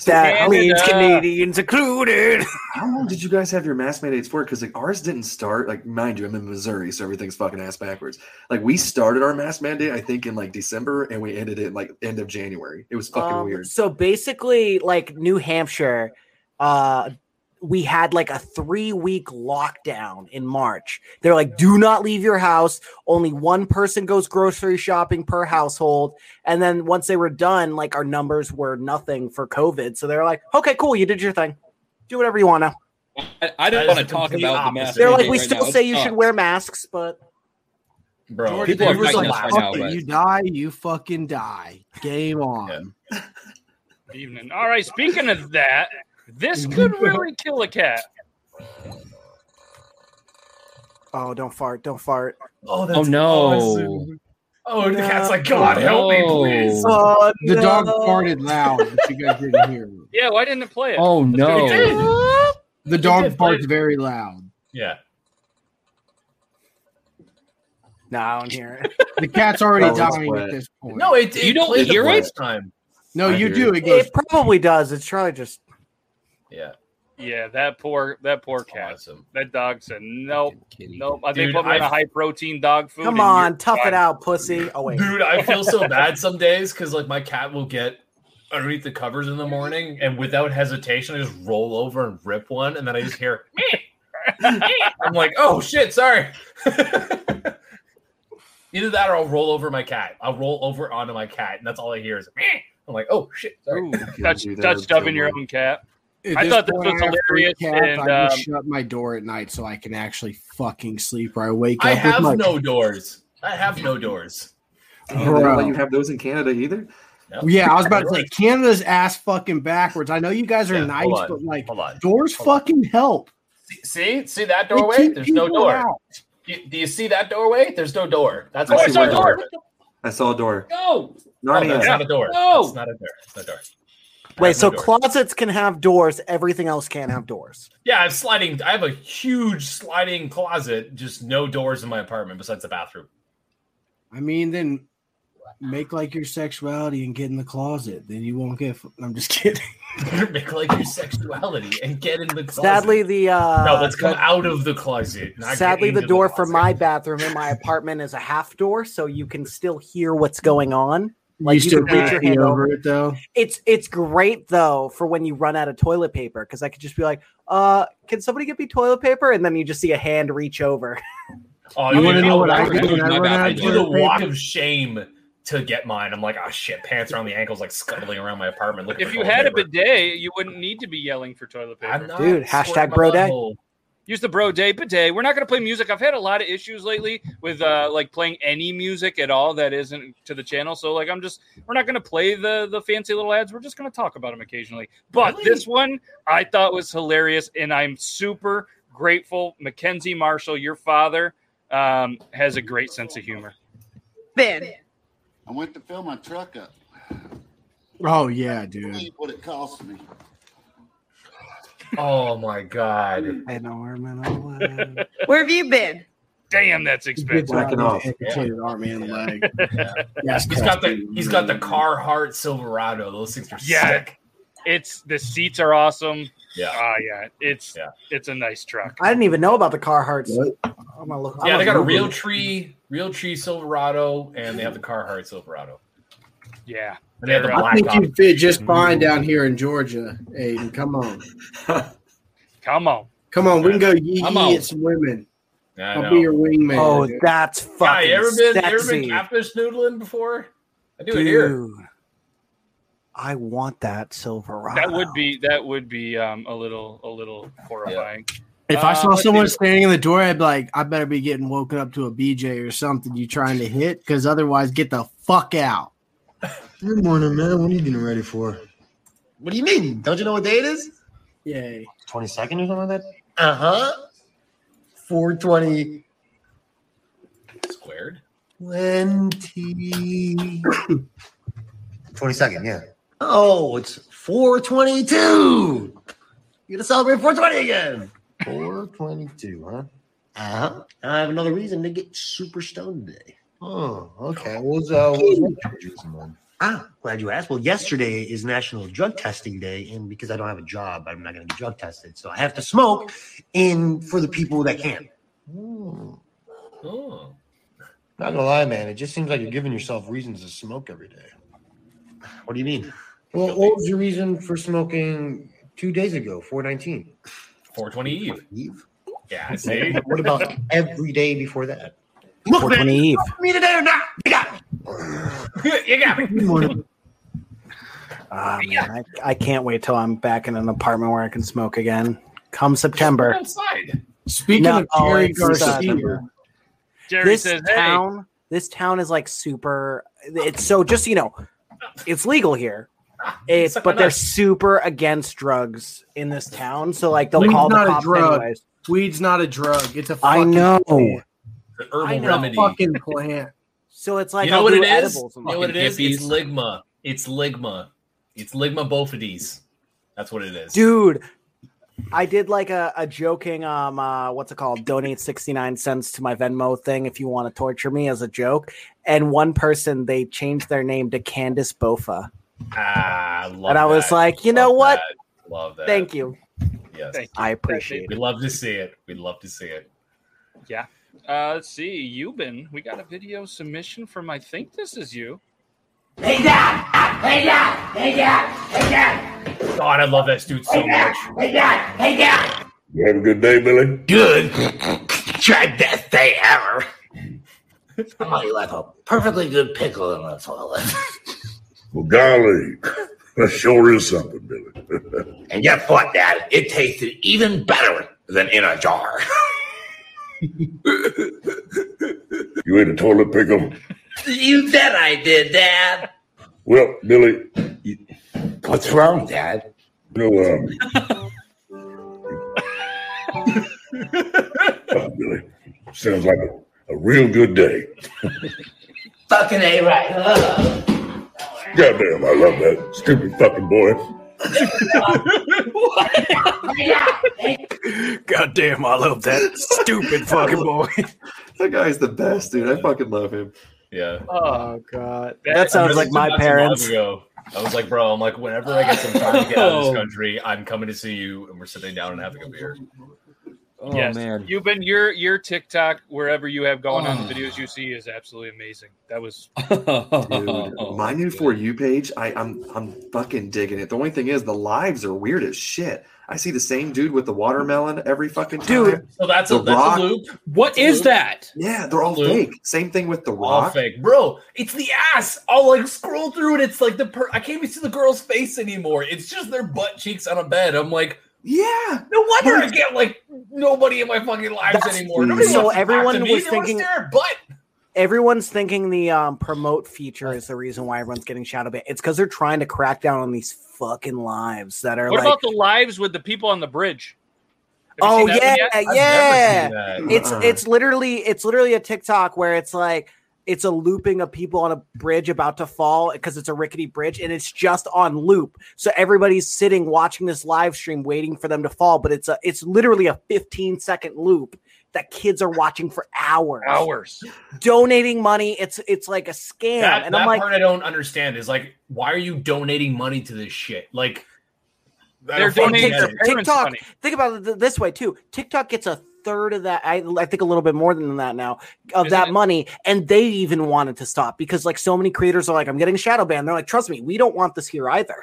Speaker 1: That means Canadian.
Speaker 6: included. How long did you guys have your mask mandates for? Because like ours didn't start. Like mind you, I'm in Missouri, so everything's fucking ass backwards. Like we started our mask mandate, I think, in like December, and we ended it in, like end of January. It was fucking
Speaker 1: Um,
Speaker 6: weird.
Speaker 1: So basically, like New Hampshire, uh, we had like a three week lockdown in March. They're like, do not leave your house. Only one person goes grocery shopping per household. And then once they were done, like our numbers were nothing for COVID. So they're like, okay, cool. You did your thing. Do whatever you want to.
Speaker 4: I, I
Speaker 2: That
Speaker 4: don't
Speaker 2: is
Speaker 4: want to
Speaker 2: the
Speaker 4: talk
Speaker 2: complete
Speaker 4: about the
Speaker 2: opposite.
Speaker 4: mask.
Speaker 1: They're like,
Speaker 4: mandate
Speaker 1: we
Speaker 4: right
Speaker 1: still
Speaker 4: now.
Speaker 1: say you
Speaker 4: It's
Speaker 1: should
Speaker 4: not.
Speaker 1: wear masks, but
Speaker 2: Bro,
Speaker 4: people are fighting us right now.
Speaker 5: Fuck it,
Speaker 4: but-
Speaker 5: You die, you fucking die. Game on.
Speaker 3: Evening. All right. Speaking of that, this could really kill a cat.
Speaker 1: oh, don't fart. Don't fart.
Speaker 2: Oh,
Speaker 4: Oh no!
Speaker 2: Oh, the cat's like,
Speaker 4: God, help me, please."
Speaker 1: Oh,
Speaker 5: the dog
Speaker 1: no.
Speaker 5: farted loud, but you guys didn't hear me.
Speaker 3: Yeah. Why didn't it play it?
Speaker 5: Oh,
Speaker 3: That's what it
Speaker 5: no.
Speaker 3: did.
Speaker 5: The dog barked very loud.
Speaker 2: Yeah.
Speaker 1: No, I don't hear it.
Speaker 5: The cat's already
Speaker 1: Oh, it's
Speaker 5: dying
Speaker 1: wet.
Speaker 5: at this point.
Speaker 2: No, it, it
Speaker 4: You don't
Speaker 2: played the
Speaker 4: hear it?
Speaker 2: first time.
Speaker 5: No,
Speaker 1: I
Speaker 5: you
Speaker 1: hear
Speaker 5: do.
Speaker 1: It,
Speaker 5: It goes.
Speaker 1: probably does. It's probably just
Speaker 2: Yeah.
Speaker 3: Yeah, that poor that poor cat. That dog said nope, nope. I think
Speaker 2: Dude,
Speaker 3: put me on
Speaker 2: I-
Speaker 3: a high protein dog food.
Speaker 1: Come
Speaker 3: and you're
Speaker 1: on, tough
Speaker 3: fine.
Speaker 1: it out, pussy. Oh wait,
Speaker 2: Dude, I feel so bad some days because like my cat will get underneath the covers in the morning and without hesitation, I just roll over and rip one, and then I just hear. "Meow, meow." I'm like, oh shit, sorry. Either that or I'll roll over my cat. I'll roll over onto my cat, and that's all I hear is. "Meow." I'm like, oh shit, sorry.
Speaker 3: Touch, touch dubbing your own cat. I thought this was hilarious. and
Speaker 5: I
Speaker 3: um,
Speaker 5: just shut my door at night so I can actually fucking sleep, or I wake
Speaker 2: I
Speaker 5: up. with
Speaker 2: have
Speaker 5: my-
Speaker 2: no doors. I have no doors.
Speaker 6: And they don't
Speaker 5: Bro.
Speaker 6: let you have those in Canada either.
Speaker 5: Yeah, I was about to say Canada's ass fucking backwards. I know you guys are
Speaker 2: Yeah,
Speaker 5: nice,
Speaker 2: hold on,
Speaker 5: but like doors fucking help.
Speaker 2: See, see that
Speaker 5: They
Speaker 2: doorway?
Speaker 5: keep
Speaker 2: There's no
Speaker 5: people
Speaker 2: door.
Speaker 5: out.
Speaker 2: Do you, do you see that doorway? There's no door. That's
Speaker 3: Oh,
Speaker 6: I
Speaker 2: why
Speaker 6: see
Speaker 2: it's no
Speaker 6: one
Speaker 2: door.
Speaker 6: I saw a door.
Speaker 2: No. No,
Speaker 6: Narnia.
Speaker 2: Oh, that's not a door.
Speaker 3: No.
Speaker 2: That's not a door. It's not a door.
Speaker 1: wait. So closets can have doors. Everything else can't have doors.
Speaker 2: Yeah, I have sliding. I have a huge sliding closet, just no doors in my apartment besides the bathroom.
Speaker 5: I mean, then make like your sexuality and get in the closet. Then you won't get. F- I'm just kidding.
Speaker 2: Make like your sexuality and get in the closet.
Speaker 1: Sadly, the uh,
Speaker 2: no, let's come out of the closet. not get
Speaker 1: Sadly,
Speaker 2: into
Speaker 1: the door for
Speaker 2: closet.
Speaker 1: my bathroom in my apartment is a half door, so you can still hear what's going on. Like you,
Speaker 5: you still
Speaker 1: can reach your
Speaker 5: can't
Speaker 1: hand
Speaker 5: over,
Speaker 1: over.
Speaker 5: it though.
Speaker 1: It's it's great though for when you run out of toilet paper because I could just be like, uh, can somebody get me toilet paper? And then you just see a hand reach over.
Speaker 2: Oh,
Speaker 5: You
Speaker 2: dude,
Speaker 5: wanna know
Speaker 2: I'll
Speaker 5: what I
Speaker 2: walk-
Speaker 5: do when I run out
Speaker 2: I
Speaker 5: of
Speaker 2: do the
Speaker 5: toilet
Speaker 2: walk
Speaker 5: paper?
Speaker 2: of shame to get mine. I'm like, oh shit, pants around the ankles, like scuttling around my apartment. Looking
Speaker 3: if
Speaker 2: for
Speaker 3: you
Speaker 2: toilet
Speaker 3: had a
Speaker 2: paper.
Speaker 3: bidet, you wouldn't need to be yelling for toilet paper.
Speaker 2: not
Speaker 1: Dude, hashtag bro day.
Speaker 3: Use the bro day bidet. We're not going to play music. I've had a lot of issues lately with uh, like playing any music at all that isn't to the channel. So like I'm just we're not going to play the the fancy little ads. We're just going to talk about them occasionally. But this one I thought was hilarious, and I'm super grateful. Mackenzie Marshall, your father, um, has a great sense of humor.
Speaker 15: Ben. I went to fill my truck up.
Speaker 5: Oh yeah, dude.
Speaker 15: Tell you what it cost me.
Speaker 2: Oh my god.
Speaker 1: An arm and
Speaker 15: Where have you been?
Speaker 3: Damn, that's expensive.
Speaker 5: Whacking off. Amputated arm and leg. Yes,
Speaker 2: he's got the he's got the Carhartt Silverado. Those things are
Speaker 3: Yeah,
Speaker 2: sick.
Speaker 3: it's the seats are awesome.
Speaker 2: Yeah,
Speaker 3: Ah, yeah, it's it's a nice truck.
Speaker 1: I didn't even know about the Carhartts. I'm gonna look. I'm
Speaker 2: Yeah, they
Speaker 1: gonna
Speaker 2: got
Speaker 1: Google
Speaker 2: a real
Speaker 1: it.
Speaker 2: tree, real tree Silverado, and they have the Carhartt Silverado.
Speaker 3: Yeah,
Speaker 2: and they have the
Speaker 5: I
Speaker 2: black
Speaker 5: think you
Speaker 2: option.
Speaker 5: fit just fine down here in Georgia, Aiden. Come on,
Speaker 3: Come on,
Speaker 5: come on. We can go yee
Speaker 3: I'm
Speaker 5: yee
Speaker 3: out.
Speaker 5: at some women.
Speaker 2: I
Speaker 5: I'll
Speaker 2: know.
Speaker 5: be your wingman.
Speaker 1: Oh,
Speaker 5: dude.
Speaker 1: that's
Speaker 2: Guy,
Speaker 1: fucking
Speaker 2: you ever been you ever
Speaker 1: sexy.
Speaker 2: been catfish noodling before? I do
Speaker 1: Dude,
Speaker 2: it here.
Speaker 1: I want that Silverado.
Speaker 3: that would be that would be um, a little a little horrifying.
Speaker 5: If I saw
Speaker 3: Uh,
Speaker 5: someone standing in the door, I'd be like, I better be getting woken up to a BJ or something you trying to hit, because otherwise, get the fuck out.
Speaker 16: Good morning, man. What are you getting ready for?
Speaker 17: What do you mean? Don't you know what day it is?
Speaker 5: Yay.
Speaker 17: 22nd or something like that? Uh huh. 420.
Speaker 2: Squared.
Speaker 17: 20. 22nd, yeah. Oh, it's 422. You gonna celebrate 420 again? 422, huh? Uh huh. I have another reason to get super stoned today. Oh, okay. Well, so, ah, glad you asked. Well, yesterday is National Drug Testing Day, and because I don't have a job, I'm not gonna get drug tested, so I have to smoke. And for the people that can,
Speaker 2: Oh.
Speaker 17: not gonna lie, man, it just seems like you're giving yourself reasons to smoke every day. What do you mean? Well, what was your reason for smoking two days ago, 419?
Speaker 2: 420 Eve.
Speaker 17: Eve.
Speaker 2: Yeah, I see.
Speaker 17: What about every day before that?
Speaker 1: Look, man, 420 Eve.
Speaker 17: Me today or not?
Speaker 2: you got
Speaker 17: me.
Speaker 1: Ah, man, I, I can't wait till I'm back in an apartment where I can smoke again. Come September.
Speaker 2: outside.
Speaker 5: Speaking
Speaker 1: No,
Speaker 5: of Jerry
Speaker 1: it's, uh,
Speaker 5: Garcia,
Speaker 3: Jerry
Speaker 1: this
Speaker 3: says, "Hey."
Speaker 1: town, this town is like super. It's so just so you know, it's legal here. It's
Speaker 5: Suck
Speaker 1: but
Speaker 5: on
Speaker 1: they're
Speaker 5: us.
Speaker 1: super against drugs in this town. So like they'll
Speaker 5: weed's
Speaker 1: call the
Speaker 5: not a
Speaker 1: cops
Speaker 5: drug.
Speaker 1: anyways.
Speaker 5: Weed's not a drug. It's a
Speaker 1: I
Speaker 5: fucking
Speaker 1: know.
Speaker 5: plant.
Speaker 2: The herbal
Speaker 5: I know.
Speaker 2: remedy.
Speaker 5: Fucking plant.
Speaker 1: So it's like
Speaker 2: you know
Speaker 1: I'll
Speaker 2: what
Speaker 1: do
Speaker 2: it is? You
Speaker 1: edibles and
Speaker 2: know what it
Speaker 1: fucking
Speaker 2: is? It's Ligma. It's Ligma. It's Ligma Bofidis. That's what it is.
Speaker 1: dude i did like a, a joking um uh what's it called donate 69 cents to my venmo thing if you want to torture me as a joke and one person they changed their name to candace bofa
Speaker 2: Ah, I love
Speaker 1: and i was
Speaker 2: that.
Speaker 1: like you know
Speaker 2: Love
Speaker 1: what
Speaker 2: that. Love that.
Speaker 1: thank you
Speaker 2: Yes.
Speaker 3: Thank
Speaker 1: I appreciate
Speaker 2: We'd love to see it. We'd love to see it.
Speaker 3: Yeah. Uh, let's see. Eubin, we got a video submission from I think this is you.
Speaker 11: Hey, Dad! Hey, Dad! Hey, Dad! Hey, Dad!
Speaker 2: God, I love that dude so much.
Speaker 11: Hey, Dad! Hey, Dad!
Speaker 8: You have a good day, Billy.
Speaker 17: Good. Tried best day ever. Somebody left a perfectly good pickle in the toilet.
Speaker 8: Well, golly, that sure is something, Billy.
Speaker 17: And guess what, Dad? It tasted even better than in a jar.
Speaker 8: you ate a toilet pickle.
Speaker 17: you bet I did, Dad.
Speaker 8: Well, Billy,
Speaker 17: What's wrong, Dad?
Speaker 8: you know, um, oh, Billy, sounds like a, a real good day.
Speaker 17: Fucking A right.
Speaker 8: Goddamn, I love that stupid fucking boy.
Speaker 6: Goddamn, I love that stupid fucking boy. that guy's the best, dude. I fucking love him.
Speaker 2: Yeah.
Speaker 1: Oh god,
Speaker 2: I
Speaker 1: that sounds
Speaker 2: noticed
Speaker 1: like
Speaker 2: it
Speaker 1: my
Speaker 2: not too long
Speaker 1: parents.
Speaker 2: ago. I was like, bro, I'm like, whenever I get some time to get out of
Speaker 1: Oh.
Speaker 2: this country, I'm coming to see you, and we're sitting down and having a beer.
Speaker 3: Oh man. Eubin, your your TikTok, wherever you have going
Speaker 1: Oh.
Speaker 3: on the videos you see is absolutely amazing. That was
Speaker 6: Dude, my new for you page, I, I'm I'm fucking digging it. The only thing is, the lives are weird as shit. I see the same dude with the watermelon every fucking time. Dude,
Speaker 2: So that's a, that's a loop. What is that?
Speaker 6: Yeah, they're all
Speaker 2: Loop.
Speaker 6: fake. Same thing with the
Speaker 2: All
Speaker 6: rock.
Speaker 2: fake, bro. It's the ass. I'll like scroll through, and it's like the per- I can't even see the girl's face anymore. It's just their butt cheeks on a bed. I'm like,
Speaker 6: yeah.
Speaker 2: No wonder I get like nobody in my fucking lives
Speaker 1: That's-
Speaker 2: anymore.
Speaker 1: so everyone was thinking-
Speaker 2: but
Speaker 1: Everyone's thinking the um, promote feature is the reason why everyone's getting shadow banned. It's because they're trying to crack down on these fucking lives that are
Speaker 3: What
Speaker 1: like,
Speaker 3: about the lives with the people on the bridge? Have you
Speaker 1: oh
Speaker 3: seen that
Speaker 1: yeah,
Speaker 3: one yet?
Speaker 1: yeah. It's
Speaker 3: Uh-uh.
Speaker 1: it's literally it's literally a TikTok where it's like it's a looping of people on a bridge about to fall because it's a rickety bridge and it's just on loop. So everybody's sitting watching this live stream waiting for them to fall, but it's a it's literally a 15 second loop that kids are watching for hours.
Speaker 3: Hours.
Speaker 1: Donating money, it's it's like a scam.
Speaker 2: that,
Speaker 1: and
Speaker 2: that
Speaker 1: I'm like
Speaker 2: part I don't understand is like, why are you donating money to this shit? Like, I don't
Speaker 1: They're
Speaker 2: fucking
Speaker 1: donating
Speaker 2: get
Speaker 1: their
Speaker 2: it.
Speaker 1: TikTok. Think about it th- this way too. TikTok gets a third of that. I, I think a little bit more than that now of that money, and they even wanted to stop because like so many creators are like, I'm getting shadow banned. They're like, trust me, we don't want this here either.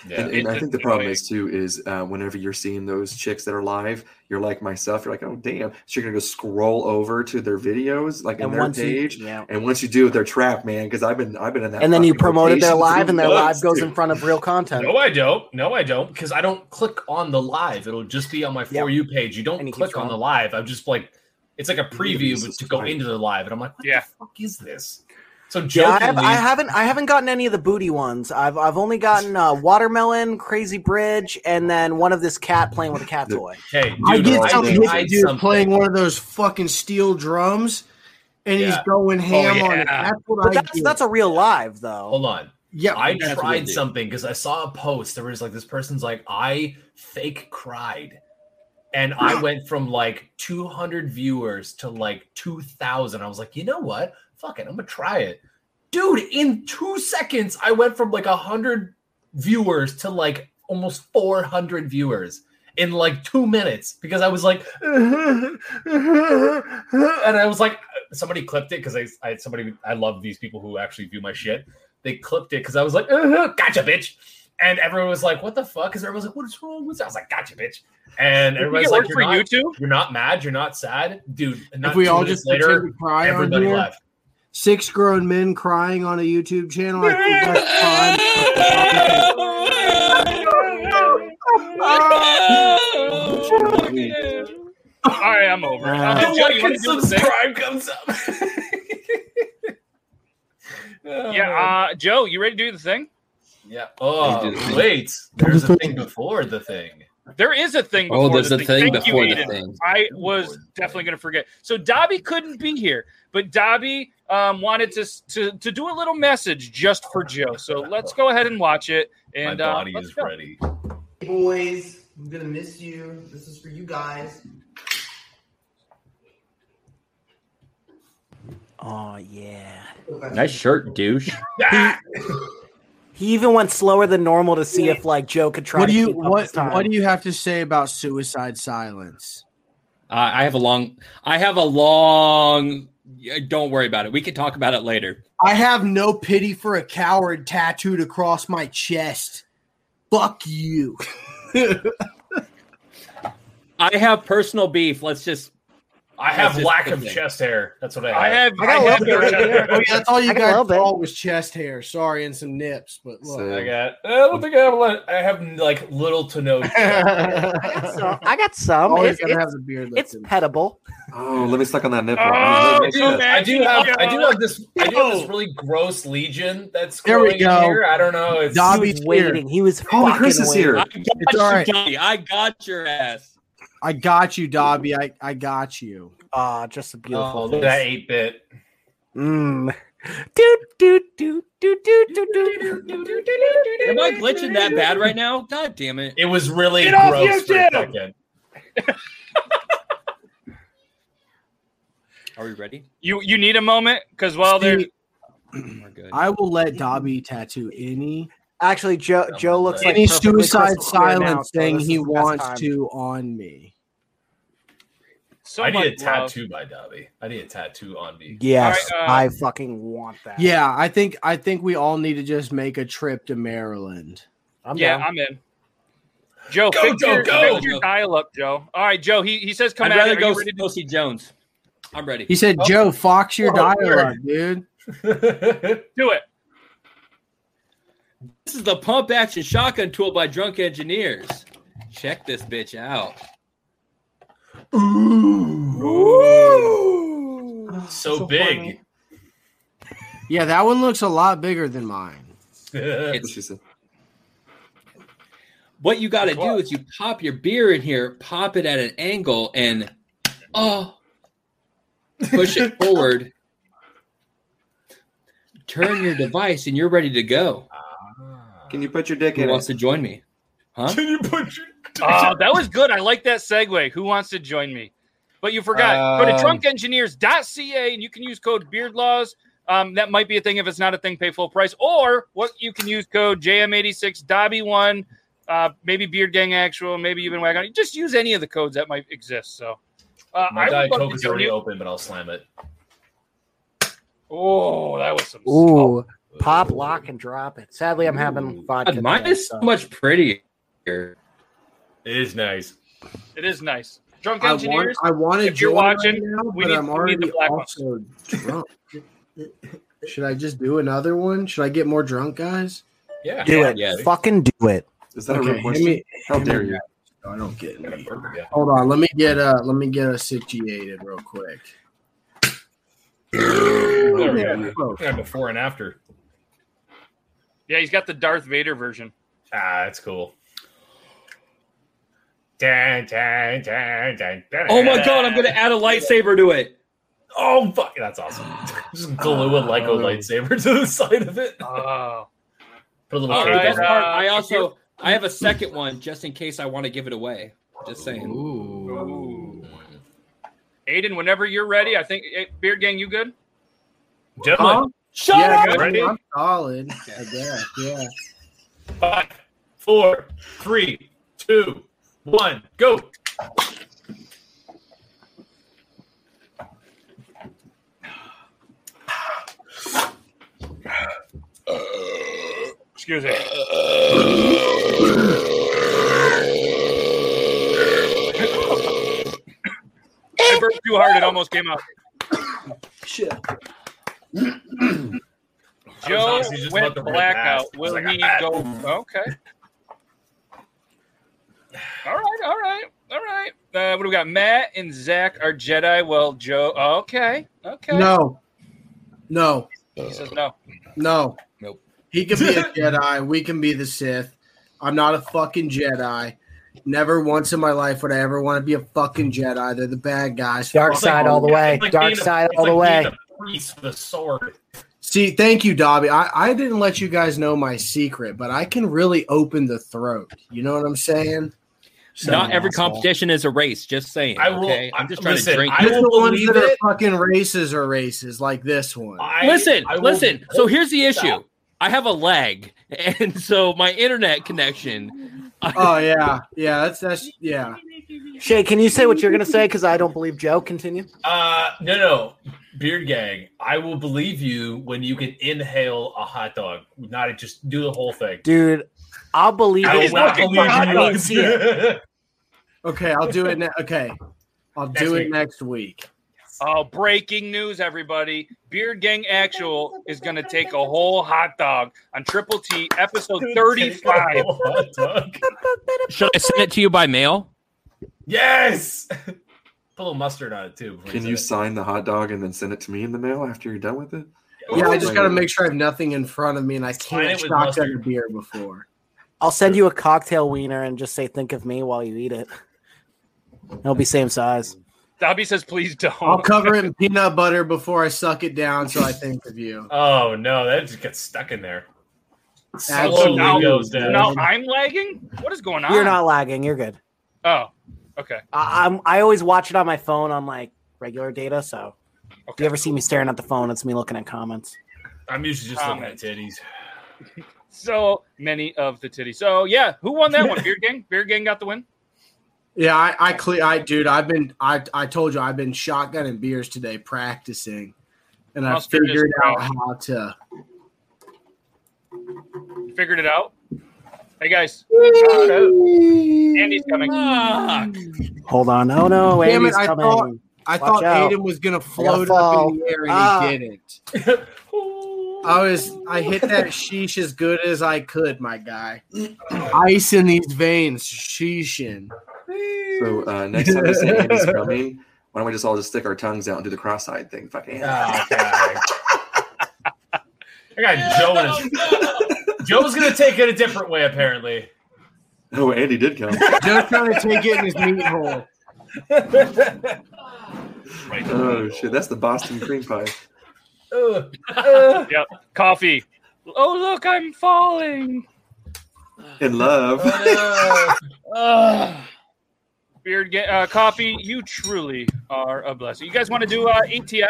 Speaker 6: and, and I think the problem is too is uh, whenever you're seeing those chicks that are live, you're like myself. You're like, oh damn! So you're gonna go scroll over to their videos, like
Speaker 1: And
Speaker 6: in their
Speaker 1: once you-
Speaker 6: page,
Speaker 1: yeah.
Speaker 6: and once you do, they're trapped, man. Because I've been, I've been in that.
Speaker 1: And then you
Speaker 6: fucking
Speaker 1: promoted their
Speaker 6: rotation
Speaker 1: live,
Speaker 6: for
Speaker 1: and their live
Speaker 6: months,
Speaker 1: goes
Speaker 6: dude.
Speaker 1: in front of real content.
Speaker 2: No, I don't. No, I don't. Because I don't click on the live. It'll just be on my for you page. You don't click on the live. I'm just like, it's like a preview but to go into the live, and I'm like, what
Speaker 3: yeah.
Speaker 2: the fuck is this? So
Speaker 1: Yeah, I,
Speaker 2: jokingly,
Speaker 1: have, I haven't. I haven't gotten any of the booty ones. I've I've only gotten uh, watermelon, crazy bridge, and then one of this cat playing with a cat toy.
Speaker 2: Hey,
Speaker 5: I get
Speaker 1: I
Speaker 5: some
Speaker 1: did
Speaker 5: hit
Speaker 1: hide
Speaker 5: dude
Speaker 1: something.
Speaker 5: playing one of those fucking steel drums, and he's
Speaker 2: Yeah.
Speaker 5: going ham on it. That's what
Speaker 1: but
Speaker 5: I
Speaker 1: that's
Speaker 5: do.
Speaker 1: that's a real live though.
Speaker 2: Oh, Hold on.
Speaker 5: Yeah,
Speaker 2: I
Speaker 5: that's what I
Speaker 2: tried
Speaker 5: do.
Speaker 2: something because I saw a post. There was like this person's like, I fake cried. And I went from like 200 viewers to like 2,000. I was like, you know what? Fuck it. I'm going to try it. Dude, in two seconds, I went from like 100 viewers to like almost 400 viewers in like two minutes because I was like, and I was like, somebody clipped it because I, I somebody I love these people who actually view my shit. They clipped it because I was like, "Uh-huh, gotcha, bitch. And everyone was like, what the fuck? Because everyone was like, what is wrong with that? I was like, gotcha, bitch. And
Speaker 5: Did you
Speaker 2: everybody's
Speaker 5: get
Speaker 2: like,
Speaker 5: work
Speaker 2: you're
Speaker 5: for
Speaker 2: not,
Speaker 5: you
Speaker 2: you're not mad, you're not sad, dude. and
Speaker 5: If
Speaker 2: not
Speaker 5: we
Speaker 2: two
Speaker 5: all
Speaker 2: minutes
Speaker 5: just
Speaker 2: later,
Speaker 5: pretend to cry on
Speaker 2: everybody
Speaker 5: here?
Speaker 2: left.
Speaker 5: Six grown men crying on a YouTube channel. I think that's fun.
Speaker 3: All right, I'm over. it.
Speaker 5: Uh,
Speaker 3: Uh, Joe, you
Speaker 2: like
Speaker 3: wanna
Speaker 2: and
Speaker 3: do the thing?
Speaker 2: subscribe comes up.
Speaker 3: Yeah, uh, Joe, you ready to do the thing?
Speaker 2: Yeah. Oh,
Speaker 4: They do the thing.
Speaker 2: wait. There's a thing before the thing.
Speaker 3: There is a thing.
Speaker 4: Oh,
Speaker 3: Before
Speaker 4: there's
Speaker 3: the
Speaker 4: a thing
Speaker 3: Thank you,
Speaker 4: before the
Speaker 3: Aiden.
Speaker 4: thing.
Speaker 3: I was definitely going to forget. So Dobby couldn't be here, but Dobby um, wanted to, s- to to do a little message just for Joe. So let's go ahead and watch it. And
Speaker 2: My body
Speaker 3: uh,
Speaker 2: is ready.
Speaker 18: Hey boys, I'm gonna miss you. This is for you guys.
Speaker 1: Oh yeah.
Speaker 4: Nice shirt, douche.
Speaker 1: He even went slower than normal to see if like Joe could try.
Speaker 5: What do
Speaker 1: to
Speaker 5: you
Speaker 1: keep up
Speaker 5: what
Speaker 1: this time.
Speaker 5: what do you have to say about suicide silence?
Speaker 4: Uh, I have a long. I have a long. yeah, Don't worry about it. We can talk about it later.
Speaker 5: I have no pity for a coward tattooed across my chest. Fuck you.
Speaker 4: I have personal beef. Let's just.
Speaker 2: I have
Speaker 4: That's just
Speaker 2: lack
Speaker 4: the
Speaker 2: of
Speaker 4: thing.
Speaker 2: chest hair. That's what I have.
Speaker 4: I have- I got
Speaker 5: I have- I mean, Oh, that's all you
Speaker 2: I got a
Speaker 5: guys
Speaker 2: little bit.
Speaker 5: saw was chest hair. Sorry, and some nips, but look.
Speaker 2: I got. uh, I don't think I have. A lot, I have like little to no.
Speaker 1: So
Speaker 2: Oh,
Speaker 1: I got some.
Speaker 5: Oh,
Speaker 2: Always
Speaker 1: it's
Speaker 2: gotta
Speaker 1: it's,
Speaker 2: have the beard
Speaker 1: it's pettable.
Speaker 6: Oh, let me suck on that nipple.
Speaker 2: Oh,
Speaker 6: Make sense.
Speaker 2: I do have. I do have this. I do have this really gross legion that's
Speaker 6: There we
Speaker 2: growing in
Speaker 6: go.
Speaker 2: here. I don't know. It's
Speaker 5: Dobby's
Speaker 1: waiting. He was
Speaker 6: Holy fucking Chris is waiting. here.
Speaker 4: I got
Speaker 5: It's
Speaker 4: you,
Speaker 5: all right.
Speaker 4: Johnny. I got your ass.
Speaker 5: I got you, Dobby. I, I got you.
Speaker 1: Ah, just a
Speaker 2: Oh, look at that eight bit.
Speaker 1: Mm.
Speaker 4: Am I glitching that bad right now? God damn it!
Speaker 2: It was really
Speaker 4: Get off
Speaker 2: gross for a
Speaker 4: YouTube!
Speaker 2: second.
Speaker 4: Are we ready?
Speaker 3: You you need a moment because while they're
Speaker 5: I will let Dobby tattoo any
Speaker 1: Actually, Joe Joe looks like
Speaker 5: any
Speaker 1: perfectly
Speaker 5: suicide
Speaker 1: crystal clear now,
Speaker 5: silence
Speaker 1: so
Speaker 5: thing
Speaker 1: this is
Speaker 5: he
Speaker 1: the best time.
Speaker 5: wants to on me.
Speaker 3: so
Speaker 2: I need a
Speaker 3: much love.
Speaker 2: tattoo by Dobby. I need a tattoo on me.
Speaker 1: Yes,
Speaker 3: All right, uh,
Speaker 1: I fucking want that.
Speaker 5: Yeah, I think I think we all need to just make a trip to Maryland.
Speaker 1: I'm
Speaker 3: yeah, I'm in. Joe,
Speaker 5: Go,
Speaker 3: fix
Speaker 5: Joe,
Speaker 3: your,
Speaker 5: go!
Speaker 3: fix your dial up, Joe. All right, Joe. He, he says, "Come
Speaker 4: I'd
Speaker 3: at
Speaker 4: rather
Speaker 3: it. Are
Speaker 4: go,
Speaker 3: you ready to
Speaker 4: go see Jones. I'm ready.
Speaker 5: He
Speaker 3: Oh.
Speaker 5: said, "Joe, fox your
Speaker 4: Whoa,
Speaker 5: dialogue,
Speaker 4: word.
Speaker 5: dude."
Speaker 3: do it."
Speaker 4: This is the pump action shotgun tool by Drunk Engineers. Check this bitch out.
Speaker 2: So, big.
Speaker 5: Yeah, that one looks a lot bigger than mine.
Speaker 4: It's- what you got to do is you pop your beer in here, pop it at an angle, and oh, push it forward. Turn your device, and you're ready to go.
Speaker 2: Ah.
Speaker 6: Can you put your dick
Speaker 4: Who
Speaker 6: in
Speaker 4: wants
Speaker 6: it?
Speaker 4: to join me? Huh?
Speaker 3: Oh, that was good. I like that segue. Who wants to join me? But you forgot. Go to
Speaker 4: Um,
Speaker 3: drunkengineers.ca and you can use code beardlaws. Um, that might be a thing if it's not a thing, pay full price. Or what you can use code JM86 Dobby1, uh, maybe Beard Gang Actual, maybe even Wagon. Just use any of the codes that might exist. So uh,
Speaker 2: My
Speaker 3: I
Speaker 2: Diet
Speaker 3: would love
Speaker 2: Coke
Speaker 3: to
Speaker 2: is
Speaker 3: join
Speaker 2: already
Speaker 3: you.
Speaker 2: open, but I'll slam it.
Speaker 3: Oh, that was some.
Speaker 1: Ooh, pop, lock, and drop it. Sadly, I'm having vodka.
Speaker 4: God, mine
Speaker 1: today,
Speaker 4: is so
Speaker 1: so-
Speaker 4: much prettier.
Speaker 2: It is nice.
Speaker 3: It is nice. Drunk
Speaker 5: I want
Speaker 3: engineers.
Speaker 5: I want to
Speaker 3: if you're
Speaker 5: join right
Speaker 3: watching,
Speaker 5: now,
Speaker 3: we
Speaker 5: but
Speaker 3: need,
Speaker 5: I'm
Speaker 3: we need
Speaker 5: already
Speaker 3: the black ones.
Speaker 5: also drunk. Should I just do another one? Should I get more drunk, guys?
Speaker 2: Yeah.
Speaker 1: Do it. Fucking do it.
Speaker 6: Is
Speaker 5: Okay, hand me- hand me that. No, I don't get any. Hold on, let me get uh let me get us situated real quick.
Speaker 2: There we
Speaker 5: Yeah.
Speaker 2: go. Yeah, before and after.
Speaker 3: Yeah, he's got the Darth Vader version.
Speaker 2: Ah, that's cool. Dun, dun, dun, dun, dun,
Speaker 4: Oh my god, I'm gonna add a lightsaber to it.
Speaker 2: Oh fuck, that's awesome. Just glue a Lego
Speaker 4: Oh.
Speaker 2: lightsaber to the side of it.
Speaker 3: Oh.
Speaker 2: Put a little
Speaker 4: All
Speaker 2: cape
Speaker 4: right,
Speaker 2: on
Speaker 4: best
Speaker 2: it.
Speaker 4: part,
Speaker 3: uh,
Speaker 4: I also I have a second one just in case I want to give it away. Just saying.
Speaker 3: Aiden, whenever you're ready, I think eh, Beard Gang, you good?
Speaker 2: Gentlemen,
Speaker 4: Shut
Speaker 5: yeah,
Speaker 3: up!
Speaker 5: I'm- I'm solid. I guess. Yeah.
Speaker 2: five, four, three, two, one, go.
Speaker 3: Excuse me. I burped too hard; it almost came out.
Speaker 5: Shit.
Speaker 3: Joe
Speaker 2: honestly just
Speaker 3: went
Speaker 2: about to rip ass.
Speaker 3: blackout.
Speaker 2: I was
Speaker 3: Will
Speaker 2: like,
Speaker 3: he
Speaker 2: "Ah."
Speaker 3: go? Okay. All right, all right, all right. Uh, what do we got? Matt and Zach are Jedi. Well, Joe. Okay, okay.
Speaker 5: No. No.
Speaker 3: He says no.
Speaker 5: No.
Speaker 4: Nope.
Speaker 5: He can be a Jedi. We can be the Sith. I'm not a fucking Jedi. Never once in my life would I ever want to be a fucking Jedi. They're the bad guys.
Speaker 1: Dark
Speaker 5: Fuck
Speaker 1: side
Speaker 5: them.
Speaker 1: all the way.
Speaker 2: It's like
Speaker 1: Dark
Speaker 2: being a-
Speaker 1: side
Speaker 2: it's
Speaker 1: all the
Speaker 2: like being
Speaker 1: way.
Speaker 2: a priest with a sword.
Speaker 5: See, thank you, Dobby. I, I didn't let you guys know my secret, but I can really open the throat. You know what I'm saying?
Speaker 4: Not every
Speaker 5: asshole.
Speaker 4: competition is a race. Just saying.
Speaker 2: I will-
Speaker 4: okay, I'm just trying
Speaker 2: listen,
Speaker 4: to drink.
Speaker 2: I
Speaker 5: Just
Speaker 2: will
Speaker 5: the ones
Speaker 2: believe
Speaker 5: that
Speaker 2: it.
Speaker 5: are fucking races are races, like this one.
Speaker 2: I-
Speaker 4: listen,
Speaker 2: I will-
Speaker 4: listen. So here's the issue. I have a lag,
Speaker 19: and so my internet connection.
Speaker 5: Oh yeah, yeah. That's that's yeah.
Speaker 1: Shay, can you say what you're gonna say? Because I don't believe Joe. Continue.
Speaker 2: Uh, no, no, beard gang. I will believe you when you can inhale a hot dog, not just do the whole thing,
Speaker 1: dude. I'll believe
Speaker 2: I
Speaker 1: it.
Speaker 2: will not believe you.
Speaker 1: I don't see it.
Speaker 5: Okay, I'll do it. Ne- okay, I'll do
Speaker 3: Next
Speaker 5: it
Speaker 3: week.
Speaker 5: next week.
Speaker 3: Oh, breaking news, everybody. Beard Gang Actual is going to take a whole hot dog on Triple T, episode 35.
Speaker 19: Should I send it to you by mail?
Speaker 2: Yes. Put a little mustard on it too. before
Speaker 6: Can
Speaker 2: say
Speaker 6: you
Speaker 2: it.
Speaker 6: sign the hot dog and then send it to me in the mail after you're done with it?
Speaker 5: Yeah, I just
Speaker 6: Like-
Speaker 5: got to make sure I have nothing in front of me, and I
Speaker 1: Sign
Speaker 5: can't
Speaker 1: it with
Speaker 5: shotgun a
Speaker 1: mustard.
Speaker 5: beer before.
Speaker 1: I'll send you a cocktail wiener and just say, "Think of me" while you eat it. It'll be same size.
Speaker 3: Dobby says, please don't.
Speaker 5: I'll cover it in peanut butter before I suck it down, so I think of you.
Speaker 2: Oh no, that just gets stuck in there.
Speaker 5: Absolutely.
Speaker 2: Slowly goes down.
Speaker 3: Now I'm lagging? What is going on?
Speaker 1: You're not lagging. You're good.
Speaker 3: Oh, okay.
Speaker 1: I, I'm. I always watch it on my phone on like regular data. So, if you ever see me staring at the phone, it's me looking at comments.
Speaker 2: I'm usually just looking at titties.
Speaker 3: Um, So many of the titties. So, yeah, who won that one? Beard Gang? Beard Gang got the win?
Speaker 5: Yeah, I, I clear. I dude, I've been. I I told you I've been shotgun and beers today practicing, and I
Speaker 3: Mustard is
Speaker 5: figured out
Speaker 3: great.
Speaker 5: how to.
Speaker 3: Figured it out? Hey, guys. Andy's coming.
Speaker 1: Hold on. Oh no,
Speaker 5: Damn
Speaker 1: Andy's
Speaker 5: it! I
Speaker 1: coming.
Speaker 5: thought I
Speaker 1: Watch
Speaker 5: thought
Speaker 1: out.
Speaker 5: Aiden was gonna
Speaker 1: I gotta
Speaker 5: float up
Speaker 1: fall.
Speaker 5: in the air, and
Speaker 1: Ah.
Speaker 5: he didn't. I was. I hit that sheesh as good as I could, my guy. Ice in these veins, sheeshin.
Speaker 6: So uh, next time you see Andy's coming, why don't we just all just stick our tongues out and do the cross-eyed thing? Fuck Andy.
Speaker 2: I got Joe in his. Joe's gonna take it a different way, apparently.
Speaker 6: Oh, Andy did come.
Speaker 5: Joe's trying to take it in his meat hole.
Speaker 6: oh shit, that's the Boston cream pie.
Speaker 3: yep. Coffee. Oh, look, I'm falling.
Speaker 6: In love.
Speaker 3: Ugh. Beard Gang, uh, Coffee, you truly are a blessing. You guys want to do uh, ATI?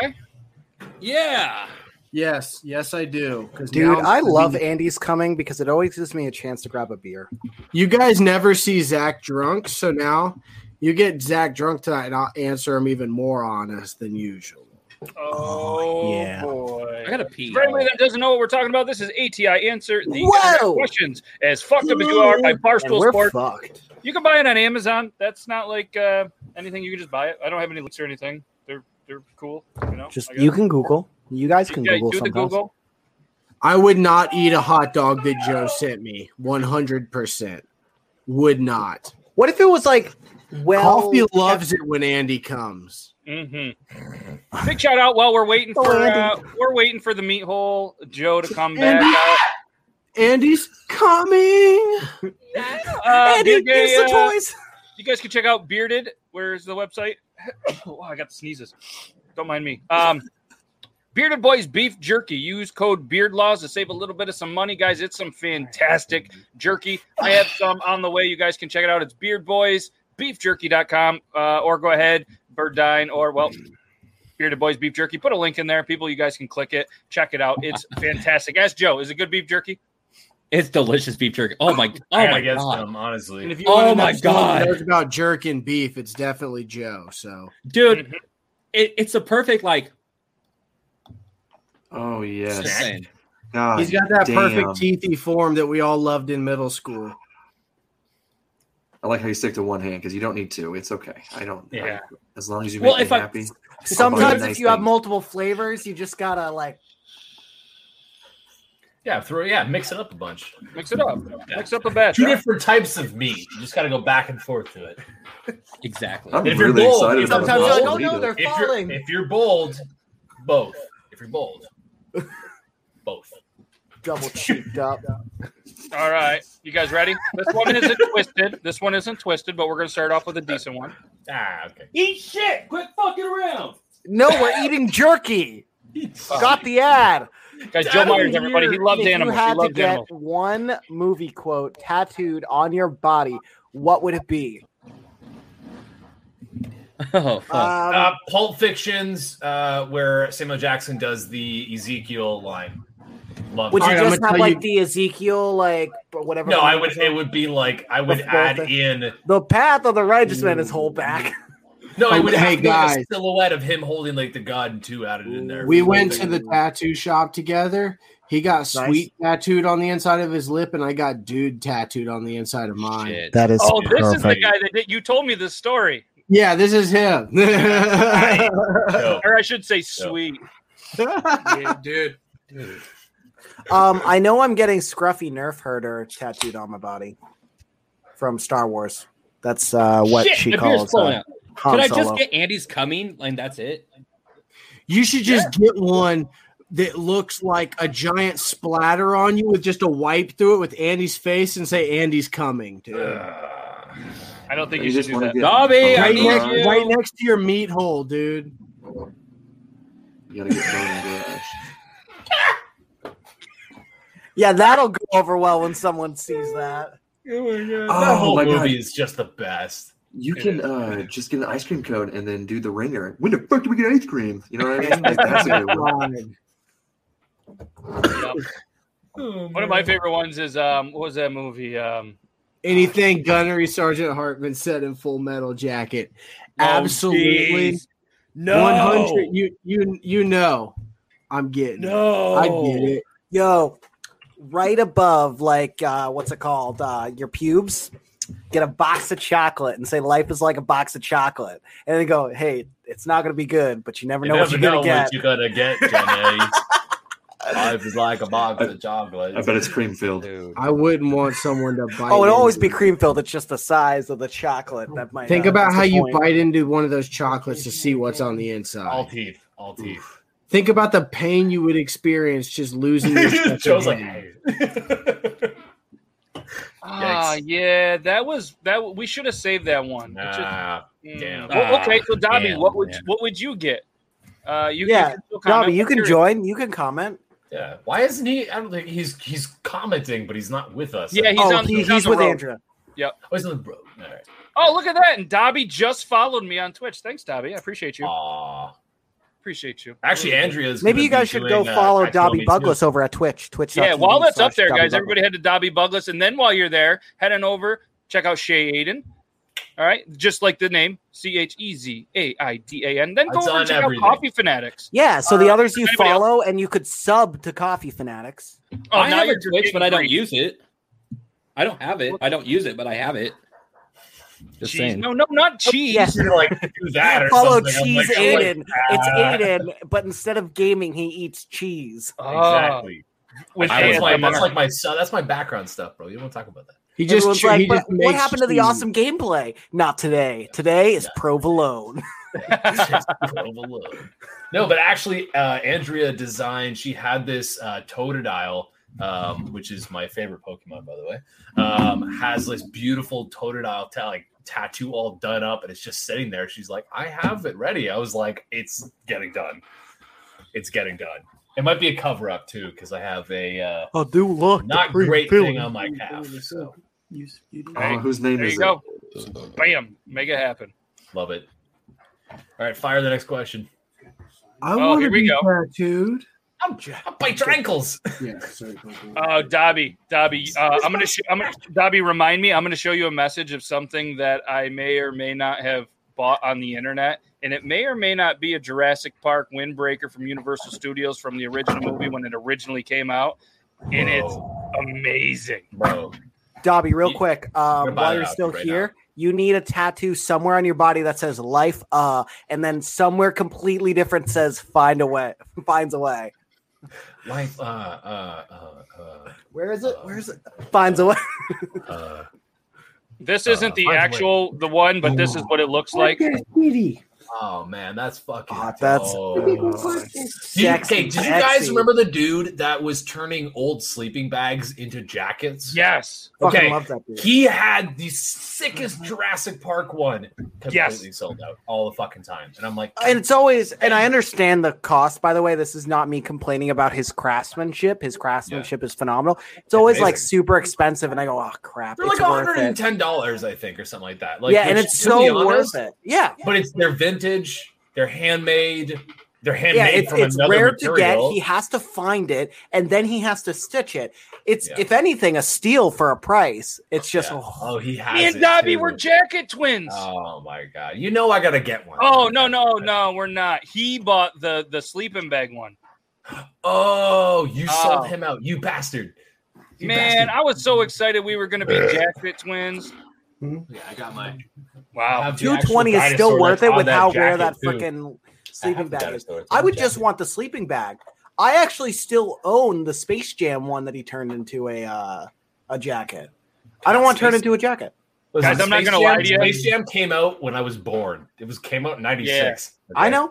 Speaker 19: Yeah.
Speaker 5: Yes, yes, I do. 'cause
Speaker 1: Dude,
Speaker 5: now-
Speaker 1: I love Andy's coming because it always gives me a chance to grab a beer.
Speaker 5: You guys never see Zach drunk, so now you get Zach drunk tonight, and I'll answer him even more honest than usual.
Speaker 3: Oh,
Speaker 5: yeah.
Speaker 3: boy.
Speaker 19: I gotta pee.
Speaker 3: For anybody that doesn't know what we're talking about, this is ATI Answer the
Speaker 19: Whoa!
Speaker 3: Internet Questions as fucked up as you are by Barstool
Speaker 1: And we're
Speaker 3: Sports.
Speaker 1: fucked.
Speaker 3: You can buy it on Amazon. That's not like uh, anything. You can just buy it. I don't have any links or anything. They're they're cool. You know,
Speaker 1: Just
Speaker 3: oh, I guess.
Speaker 1: you can Google. You guys can
Speaker 3: Yeah,
Speaker 1: Google
Speaker 3: do the
Speaker 1: sometimes.
Speaker 3: Google.
Speaker 5: I would not eat a hot dog that Joe sent me. One hundred percent would not.
Speaker 1: What if it was like? Well,
Speaker 5: Coffee loves it when Andy comes.
Speaker 3: Mm-hmm. Big shout out while we're waiting for uh, we're waiting for the meat hole Joe to come back.
Speaker 5: Andy.
Speaker 3: out.
Speaker 5: Andy's coming.
Speaker 3: Uh,
Speaker 5: Andy,
Speaker 3: Beard Gang,
Speaker 5: here's the
Speaker 3: uh,
Speaker 5: toys.
Speaker 3: You guys can check out Bearded. Where's the website? oh, I got the sneezes. Don't mind me. Um, Bearded Boys Beef Jerky. Use code BeardLaws to save a little bit of some money, guys. It's some fantastic jerky. I have some on the way. You guys can check it out. It's Beard Boys beefjerky.com uh, or go ahead birdine or well bearded boys beef jerky put a link in there people you guys can click it check it out it's fantastic ask joe is it good beef jerky
Speaker 19: It's delicious beef jerky. Oh my. Oh
Speaker 2: I
Speaker 19: my
Speaker 2: guess
Speaker 19: god.
Speaker 2: them, honestly.
Speaker 5: And if you
Speaker 19: Oh
Speaker 5: want to
Speaker 19: my
Speaker 5: know someone who
Speaker 19: god,
Speaker 5: knows about jerk and beef, it's definitely Joe. So
Speaker 19: dude. It, it's a perfect like.
Speaker 6: Oh yes.
Speaker 19: Snack.
Speaker 6: God
Speaker 5: he's got that
Speaker 6: damn.
Speaker 5: perfect teethy form that we all loved in middle school.
Speaker 6: I like how you stick to one hand because you don't need to. It's okay. I don't.
Speaker 1: Yeah.
Speaker 6: as long as you make
Speaker 1: Well,
Speaker 6: me
Speaker 1: if I-
Speaker 6: happy. I'll buy
Speaker 1: Sometimes if
Speaker 6: nice
Speaker 1: you have
Speaker 6: things.
Speaker 1: multiple flavors, you just gotta like.
Speaker 2: Yeah, throw yeah, mix it up a bunch.
Speaker 3: Mix it up. Mix up a batch.
Speaker 2: Two different types of meat. You just gotta go back and forth to it.
Speaker 19: Exactly.
Speaker 2: And if you're bold, if
Speaker 1: Sometimes you're
Speaker 2: bold-
Speaker 1: like, oh no, they're
Speaker 2: if you're-
Speaker 1: falling.
Speaker 2: If you're bold, both. If you're bold, both.
Speaker 1: Double cheeked up.
Speaker 3: All right. You guys ready? This one isn't twisted. This one isn't twisted, but we're going to start off with a decent one.
Speaker 2: Ah, okay.
Speaker 19: Eat shit. Quit fucking around.
Speaker 1: No, we're eating jerky. Got the ad.
Speaker 3: Guys, Joe Myers, everybody, he loves
Speaker 1: If
Speaker 3: animals.
Speaker 1: You
Speaker 3: He
Speaker 1: had to
Speaker 3: loves
Speaker 1: get
Speaker 3: animals.
Speaker 1: one movie quote tattooed on your body. What would it be?
Speaker 19: Oh, fuck.
Speaker 1: Um,
Speaker 2: uh, Pulp Fiction's uh, where Samuel Jackson does the Ezekiel line. Love
Speaker 1: Would
Speaker 2: it.
Speaker 1: you just have like the Ezekiel, like or whatever?
Speaker 2: No, I would. It would be like I would
Speaker 1: The full
Speaker 2: add
Speaker 1: thing.
Speaker 2: in.
Speaker 1: The path of the righteous man
Speaker 19: Mm.
Speaker 1: is whole back.
Speaker 2: No, I would
Speaker 5: Hey,
Speaker 2: have to have a
Speaker 5: guys.
Speaker 2: silhouette of him holding like the God two added in there.
Speaker 5: We went to the tattoo shop together. He got sweet tattooed on the inside of his lip, and I got dude tattooed on the inside of mine.
Speaker 9: That is
Speaker 3: Oh, this is the
Speaker 9: perfect.
Speaker 3: guy that did, you told me this story,
Speaker 5: Yeah, this is him.
Speaker 3: or I should say, sweet.
Speaker 2: dude.
Speaker 1: Um, I know I'm getting Scruffy Nerf Herder tattooed on my body from Star Wars. That's uh, what
Speaker 4: Shit,
Speaker 1: she
Speaker 4: the beer's
Speaker 1: calls.
Speaker 4: blowing
Speaker 1: Uh,
Speaker 4: out.
Speaker 1: Han
Speaker 4: Could I
Speaker 1: Solo.
Speaker 4: just get Andy's coming and that's it?
Speaker 5: You should just get one that looks like a giant splatter on you with just a wipe through it with Andy's face and say Andy's coming, dude.
Speaker 3: I don't think
Speaker 5: You
Speaker 3: you,
Speaker 5: just
Speaker 3: should do
Speaker 5: wanna
Speaker 3: that.
Speaker 5: get-
Speaker 4: Dobby, I
Speaker 5: right,
Speaker 4: need
Speaker 5: next,
Speaker 4: you.
Speaker 5: right next to your meat hole, dude.
Speaker 6: You gotta get burned.
Speaker 1: yeah, that'll go over well when someone sees that.
Speaker 2: Oh
Speaker 1: Uh,
Speaker 2: that whole
Speaker 6: Oh my God.
Speaker 2: movie is just the best.
Speaker 6: You can uh, just get an ice cream cone and then do the ringer. When the fuck do we get ice cream? You know what I mean? Like, that's a good one.
Speaker 3: One of my favorite ones is um, what was that movie? Um,
Speaker 5: Anything Gunnery Sergeant Hartman said in Full Metal Jacket.
Speaker 3: Oh,
Speaker 5: Absolutely.
Speaker 3: geez. No.
Speaker 5: 100 you you you know I'm getting it. I get it.
Speaker 1: Yo, right above, like, uh, what's it called? Uh, your pubes. Get a box of chocolate and say life is like a box of chocolate, and then go, hey, it's not gonna be good, but you never
Speaker 2: You
Speaker 1: know
Speaker 2: never
Speaker 1: what you're
Speaker 2: know
Speaker 1: gonna get.
Speaker 2: what you're gonna get, Jenny. Life is like a box of chocolate.
Speaker 6: I bet it's cream filled.
Speaker 5: I wouldn't want someone to bite.
Speaker 1: Oh, it'd
Speaker 5: into
Speaker 1: always be cream filled. It's just the size of the chocolate that might
Speaker 5: Think
Speaker 1: uh,
Speaker 5: about
Speaker 1: that's
Speaker 5: how
Speaker 1: the
Speaker 5: you
Speaker 1: point.
Speaker 5: bite into one of those chocolates to see what's on the inside.
Speaker 2: All teeth, all teeth.
Speaker 5: Think about the pain you would experience just losing your second
Speaker 2: Joe's like,
Speaker 5: hand.
Speaker 3: ah, yeah, that was that. We should have saved that one. It just-
Speaker 2: Nah,
Speaker 3: Mm.
Speaker 2: damn.
Speaker 3: Well, okay, so
Speaker 2: Ah,
Speaker 3: Dobby,
Speaker 2: damn,
Speaker 3: what would
Speaker 2: man.
Speaker 3: what would you get? Uh, you
Speaker 1: yeah,
Speaker 3: you can
Speaker 1: Robbie, you can
Speaker 3: join.
Speaker 1: join. You can comment.
Speaker 2: Yeah. Why isn't he? I don't think he's he's commenting, but he's not with us.
Speaker 3: Yeah, he's
Speaker 1: oh,
Speaker 3: on-
Speaker 1: he-
Speaker 3: he's
Speaker 1: he's,
Speaker 3: on the
Speaker 1: with
Speaker 3: road.
Speaker 1: Andrea.
Speaker 3: Yep.
Speaker 2: Oh, he's on the road. All right.
Speaker 3: Oh, look at that! And Dobby just followed me on Twitch. Thanks, Dobby. I appreciate you.
Speaker 2: Aw.
Speaker 3: Appreciate you.
Speaker 2: Actually, Andrea's.
Speaker 1: Maybe
Speaker 2: gonna
Speaker 1: you guys
Speaker 2: be
Speaker 1: should go
Speaker 2: doing, uh,
Speaker 1: follow
Speaker 2: I Feel
Speaker 1: Dobby
Speaker 2: Me
Speaker 1: Buglis
Speaker 2: Too.
Speaker 1: over at Twitch. Twitch.
Speaker 3: Yeah, while that's up there, guys, everybody head to Dobby Buglis, and then while you're there, head on over, check out Shay Aiden. All right, just like the name, C H E Z A I D A N. Then go
Speaker 1: It's
Speaker 3: over
Speaker 1: on
Speaker 3: and check
Speaker 1: everything.
Speaker 3: out Coffee Fanatics.
Speaker 1: Yeah, so the
Speaker 3: Uh,
Speaker 1: others you
Speaker 3: anybody else?
Speaker 1: follow, and you could sub to Coffee Fanatics.
Speaker 3: Oh,
Speaker 4: I
Speaker 3: now
Speaker 4: have
Speaker 3: you're
Speaker 4: a
Speaker 3: just
Speaker 4: Twitch, but I don't
Speaker 3: getting
Speaker 4: use it. I don't have it. I don't use it, but I have it. Just
Speaker 3: Cheese.
Speaker 4: saying.
Speaker 3: No, no, not cheese.
Speaker 2: like do that or
Speaker 1: Oh, follow
Speaker 2: something. I'm
Speaker 1: Cheese
Speaker 2: like, I'm like,
Speaker 1: Aiden. it's
Speaker 2: ah.
Speaker 1: Aiden, but instead of gaming, he eats cheese.
Speaker 3: Oh.
Speaker 2: Exactly.
Speaker 1: With
Speaker 2: I- that's, my, that's
Speaker 1: ASMR.
Speaker 2: like my so- that's my background stuff, bro. You don't talk about that.
Speaker 5: He just,
Speaker 1: Everyone's
Speaker 5: cho-
Speaker 1: like,
Speaker 5: he
Speaker 1: "But
Speaker 5: just
Speaker 1: what
Speaker 5: makes
Speaker 1: happened to the
Speaker 5: cheese.
Speaker 1: awesome gameplay? Not today. Today is provolone.
Speaker 2: Overload. No, but actually, uh, Andrea designed. She had this uh, Totodile, um, which is my favorite Pokemon, by the way. Um, has this beautiful Totodile ta- like tattoo all done up, and it's just sitting there. She's like, "I have it ready." I was like, "It's getting done. It's getting done." It might be a cover up too, because I have a uh,
Speaker 1: Oh, do look.
Speaker 2: not
Speaker 1: pretty
Speaker 2: great
Speaker 1: feeling.
Speaker 2: thing on my calf. So
Speaker 6: Oh, whose name
Speaker 3: there
Speaker 6: is
Speaker 3: you
Speaker 6: it?
Speaker 3: go. Bam, make it happen.
Speaker 2: love it. All right, fire the next question.
Speaker 5: I
Speaker 3: Oh,
Speaker 5: want
Speaker 3: here
Speaker 5: to
Speaker 3: we
Speaker 5: be
Speaker 3: go.
Speaker 5: tattooed.
Speaker 2: I'll, I'll bite your ankles.
Speaker 3: Oh, Dobby, Dobby, uh, I'm gonna, sh- I'm gonna, Dobby, remind me, I'm gonna show you a message of something that I may or may not have bought on the internet, and it may or may not be a Jurassic Park windbreaker from Universal Studios from the original movie when it originally came out, and it's amazing,
Speaker 2: bro.
Speaker 1: Dobby, real quick, um,
Speaker 3: buy
Speaker 1: while
Speaker 3: it
Speaker 1: you're
Speaker 3: out
Speaker 1: still
Speaker 3: right
Speaker 1: here, you need a tattoo somewhere on your body that says "life," uh, and then somewhere completely different says "find a way." Finds a way.
Speaker 2: Life, uh, uh, uh, uh.
Speaker 1: Where is it? Where is it? Finds a way.
Speaker 2: Uh,
Speaker 3: This isn't the actual the one, but this is what it looks like.
Speaker 2: oh man, that's fucking.
Speaker 1: that's-
Speaker 2: dope. Do you,
Speaker 1: Sexy
Speaker 2: okay, did you guys
Speaker 1: Betsy.
Speaker 2: remember the dude that was turning old sleeping bags into jackets?
Speaker 3: Yes.
Speaker 1: Fucking
Speaker 2: Okay.
Speaker 1: love that dude.
Speaker 2: He had the sickest Jurassic Park one. Completely sold out all the fucking time, and I'm like,
Speaker 1: and it's always and i understand the cost by the way this is not me complaining about his craftsmanship his craftsmanship is phenomenal it's always like
Speaker 2: amazing.
Speaker 1: super expensive and i go oh crap
Speaker 2: they're
Speaker 1: it's
Speaker 2: like
Speaker 1: worth it.
Speaker 2: 110 dollars, I think, or something like that. Like,
Speaker 1: Yeah, and
Speaker 2: which,
Speaker 1: it's
Speaker 2: to be
Speaker 1: so worth
Speaker 2: honest,
Speaker 1: it. Yeah,
Speaker 2: but it's they're vintage, they're handmade, They're handmade
Speaker 1: yeah, it's,
Speaker 2: from
Speaker 1: it's
Speaker 2: another
Speaker 1: rare to
Speaker 2: material.
Speaker 1: get. He has to find it, and then he has to stitch it. It's
Speaker 2: Yeah.
Speaker 1: if anything a steal for a price. It's just
Speaker 2: oh, he has
Speaker 3: Me and
Speaker 2: it,
Speaker 3: Dobby
Speaker 2: too.
Speaker 3: were jacket twins.
Speaker 2: Oh my god! You know I gotta get one.
Speaker 3: Oh no no no, we're not. He bought the the sleeping bag one.
Speaker 2: Oh, you
Speaker 3: Oh.
Speaker 2: sold him out, you bastard! You
Speaker 3: Man, I was so excited we were going to be jacket twins.
Speaker 2: Yeah, I got mine.
Speaker 3: Wow,
Speaker 1: two twenty is still worth it with how rare that freaking sleeping bag is.
Speaker 2: dinosaur. It's
Speaker 1: I
Speaker 2: on
Speaker 1: would
Speaker 2: the
Speaker 1: just want the sleeping bag. I actually still own the Space Jam one that he turned into a uh, a jacket. I don't want to turn
Speaker 2: Space-
Speaker 1: into a jacket.
Speaker 2: Listen,
Speaker 3: Guys, I'm not
Speaker 2: Space
Speaker 3: gonna
Speaker 2: Jam-
Speaker 3: lie to you.
Speaker 2: Space Jam came out when I was born. It was came out in '96.
Speaker 1: I know.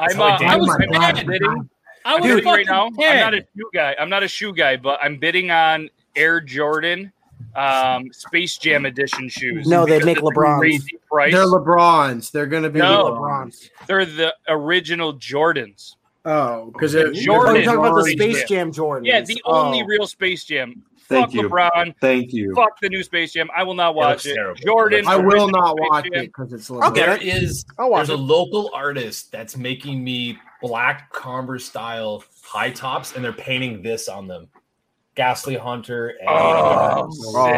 Speaker 3: I'm,
Speaker 2: how
Speaker 3: uh,
Speaker 2: I dance.
Speaker 3: I
Speaker 2: Oh
Speaker 3: was
Speaker 2: my God.
Speaker 3: I'm bidding. I was
Speaker 2: Dude,
Speaker 3: bidding right
Speaker 2: fucking
Speaker 3: now. I'm
Speaker 2: ten.
Speaker 3: not a shoe guy. I'm not a shoe guy, but I'm bidding on Air Jordan um, Space Jam edition shoes.
Speaker 5: No, they
Speaker 3: Because
Speaker 5: make
Speaker 3: it's a
Speaker 5: LeBrons.
Speaker 3: crazy price.
Speaker 5: They're LeBrons. They're going to be
Speaker 3: No.
Speaker 5: the LeBrons.
Speaker 3: They're the original Jordans.
Speaker 5: Oh, because
Speaker 3: The
Speaker 5: they're
Speaker 3: Jordan.
Speaker 5: Oh,
Speaker 1: you're talking about the
Speaker 3: Jordan.
Speaker 1: Space Jam Jordans.
Speaker 3: Yeah, the
Speaker 1: Oh.
Speaker 3: only real Space Jam.
Speaker 6: Thank
Speaker 3: Fuck
Speaker 6: you.
Speaker 3: LeBron.
Speaker 6: Thank you.
Speaker 3: Fuck the new Space Jam. I will not
Speaker 2: looks
Speaker 3: watch it.
Speaker 2: terrible.
Speaker 3: Jordan.
Speaker 5: I will
Speaker 3: original
Speaker 5: not
Speaker 3: Space
Speaker 5: watch
Speaker 3: Jam.
Speaker 5: it because it's
Speaker 1: I'll get
Speaker 5: LeBron.
Speaker 2: There
Speaker 1: it.
Speaker 2: is
Speaker 1: I'll watch
Speaker 2: there's a
Speaker 1: it.
Speaker 2: local artist that's making me black Converse style high tops, and they're painting this on them. Ghastly Hunter, and
Speaker 3: Oh,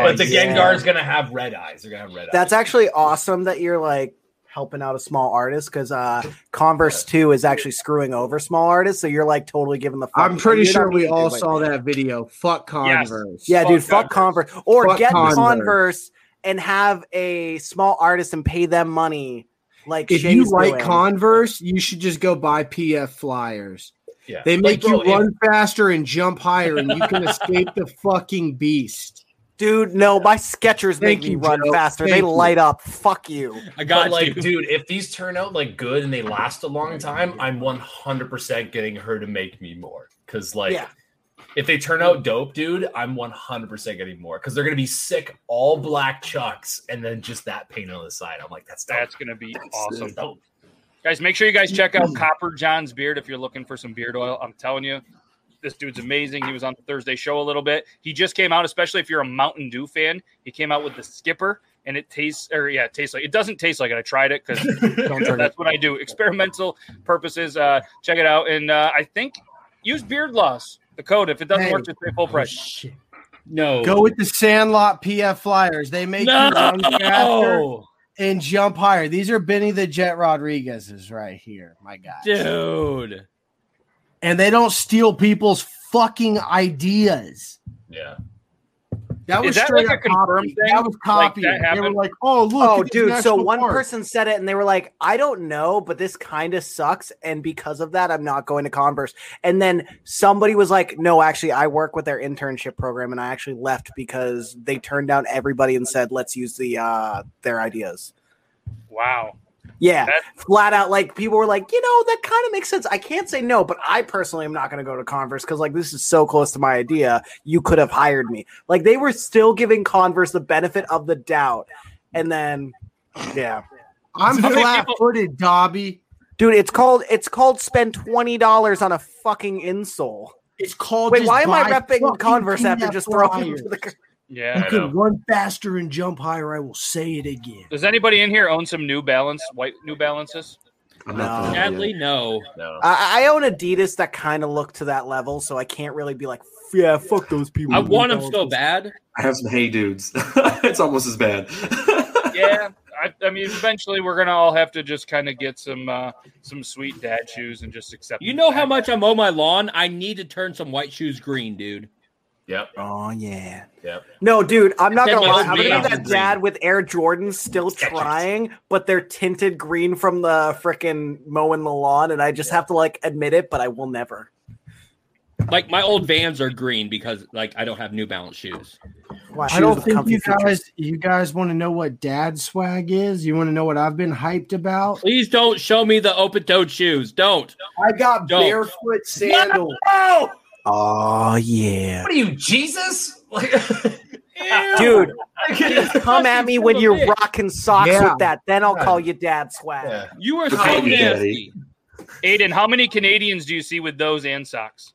Speaker 2: but the
Speaker 1: sick. Yeah.
Speaker 2: Gengar is gonna have red eyes. They're gonna have red
Speaker 1: That's
Speaker 2: eyes.
Speaker 1: actually awesome that you're like helping out a small artist because uh Converse 2 is actually screwing over small artists. So you're like totally giving the fuck.
Speaker 5: I'm pretty
Speaker 1: You're not
Speaker 5: sure we
Speaker 1: being a
Speaker 5: all
Speaker 1: dick, like-
Speaker 5: saw that video. Fuck Converse.
Speaker 1: Yeah, dude, fuck Converse. Or
Speaker 5: Fuck
Speaker 1: get
Speaker 5: Converse.
Speaker 1: Converse. and have a small artist and pay them money. Like
Speaker 5: If you
Speaker 1: Shay's
Speaker 5: like
Speaker 1: doing.
Speaker 5: Converse, you should just go buy PF Flyers.
Speaker 2: Yeah.
Speaker 5: They
Speaker 2: Like,
Speaker 5: make you
Speaker 2: bro, if-
Speaker 5: run faster and jump higher, and you can escape the fucking beast.
Speaker 1: Dude, no, my Skechers make
Speaker 5: Thank
Speaker 1: me
Speaker 5: you,
Speaker 1: run
Speaker 5: Joe.
Speaker 1: faster.
Speaker 5: Thank
Speaker 1: they
Speaker 5: you.
Speaker 1: light up. Fuck you.
Speaker 3: I
Speaker 2: But, like, dude, if these turn out like good and they last a long time, I'm 100 percent getting her to make me more. Because like,
Speaker 1: Yeah.
Speaker 2: if they turn out dope, dude, I'm 100 percent getting more. Because they're gonna be sick, all black chucks, and then just that paint on the side. I'm like, that's dope.
Speaker 3: That's gonna be awesome.
Speaker 2: dope.
Speaker 3: Guys, make sure you guys check out Copper John's beard if you're looking for some beard oil. I'm telling you, this dude's amazing. He was on the Thursday show a little bit. He just came out, especially if you're a Mountain Dew fan. He came out with the Skipper, and it tastes, or yeah, it tastes like it doesn't taste like it. I tried it because that's what I do. Experimental purposes. Uh, check it out, and uh, I think use beard loss. The code. If it doesn't
Speaker 5: Hey.
Speaker 3: work, just pay full price. No.
Speaker 5: Go with the Sandlot PF Flyers. They make you run faster
Speaker 3: no.
Speaker 5: and jump higher. These are Benny the Jet Rodriguez's right here, my guy.
Speaker 19: Dude.
Speaker 5: And they don't steal people's fucking ideas.
Speaker 2: Yeah.
Speaker 5: That
Speaker 1: Is
Speaker 5: was
Speaker 1: that
Speaker 5: straight
Speaker 1: like
Speaker 5: up
Speaker 1: a confirmed
Speaker 5: copy.
Speaker 1: thing?
Speaker 5: That was
Speaker 1: Like,
Speaker 5: copy.
Speaker 1: that
Speaker 5: they were
Speaker 1: happened?
Speaker 5: like, "Oh look!"
Speaker 1: oh,
Speaker 5: it's an
Speaker 1: dude. So
Speaker 5: actual
Speaker 1: one
Speaker 5: art.
Speaker 1: person said it, and they were like, "I don't know, but this kind of sucks," and because of that, I'm not going to Converse. And then somebody was like, "No, actually, I work with their internship program, and I actually left because they turned down everybody and said, let's use the uh, their ideas."
Speaker 3: Wow.
Speaker 1: Yeah,
Speaker 3: That-
Speaker 1: flat out. Like people were like, you know, that kind of makes sense. I can't say no, but I personally am not going to go to Converse because like this is so close to my idea. You could have hired me. Like they were still giving Converse the benefit of the doubt, and then yeah,
Speaker 5: I'm
Speaker 1: So many
Speaker 5: flat-footed, Dobby.
Speaker 1: dude, it's called it's called spend twenty dollars on a fucking insole.
Speaker 5: It's called.
Speaker 1: Wait,
Speaker 5: just
Speaker 1: why am I
Speaker 5: buy
Speaker 1: repping
Speaker 5: fucking
Speaker 1: Converse after
Speaker 5: PF
Speaker 1: just throwing
Speaker 5: Flyers.
Speaker 1: them to the? gr-
Speaker 3: Yeah. I
Speaker 5: you
Speaker 3: know.
Speaker 5: can run faster and jump higher. I will say it again.
Speaker 3: Does anybody in here own some New Balance, white New Balances?
Speaker 1: not No.
Speaker 19: Sadly, no.
Speaker 2: No.
Speaker 1: I, I own Adidas that kind of look to that level, so I can't really be like, "F- yeah, fuck those people.
Speaker 19: I want them so bad.
Speaker 6: I have some hey dudes. it's almost as bad.
Speaker 3: yeah, I, I mean, eventually we're gonna all have to just kind of get some uh, some sweet dad shoes and just accept.
Speaker 19: You know how much I mow my lawn? I need to turn some white shoes green, dude.
Speaker 2: Yep.
Speaker 1: Oh yeah.
Speaker 2: Yep.
Speaker 1: No, dude, I'm not
Speaker 19: Said
Speaker 1: gonna
Speaker 19: my
Speaker 1: lie.
Speaker 19: old
Speaker 1: I'm gonna
Speaker 19: man.
Speaker 1: be that dad with Air Jordans still trying, but they're tinted green from the frickin' mowing the lawn, and I just have to like admit it, but I will never.
Speaker 19: Like my old Vans are green because like I don't have New Balance shoes.
Speaker 1: Why?
Speaker 5: I don't think you guys you guys want to know what dad swag is. You want to know what I've been hyped about?
Speaker 19: Please don't show me the open toed shoes. Don't.
Speaker 5: I got
Speaker 19: Don't.
Speaker 5: barefoot sandals.
Speaker 2: Oh,
Speaker 1: Oh yeah,
Speaker 2: what are you, Jesus? Like,
Speaker 1: dude! Come at me when you're rocking socks
Speaker 5: Yeah.
Speaker 1: with that, then I'll call you dad swag.
Speaker 19: You are so
Speaker 2: Thank you,
Speaker 19: nasty.
Speaker 3: Aiden, how many Canadians do you see with those and socks?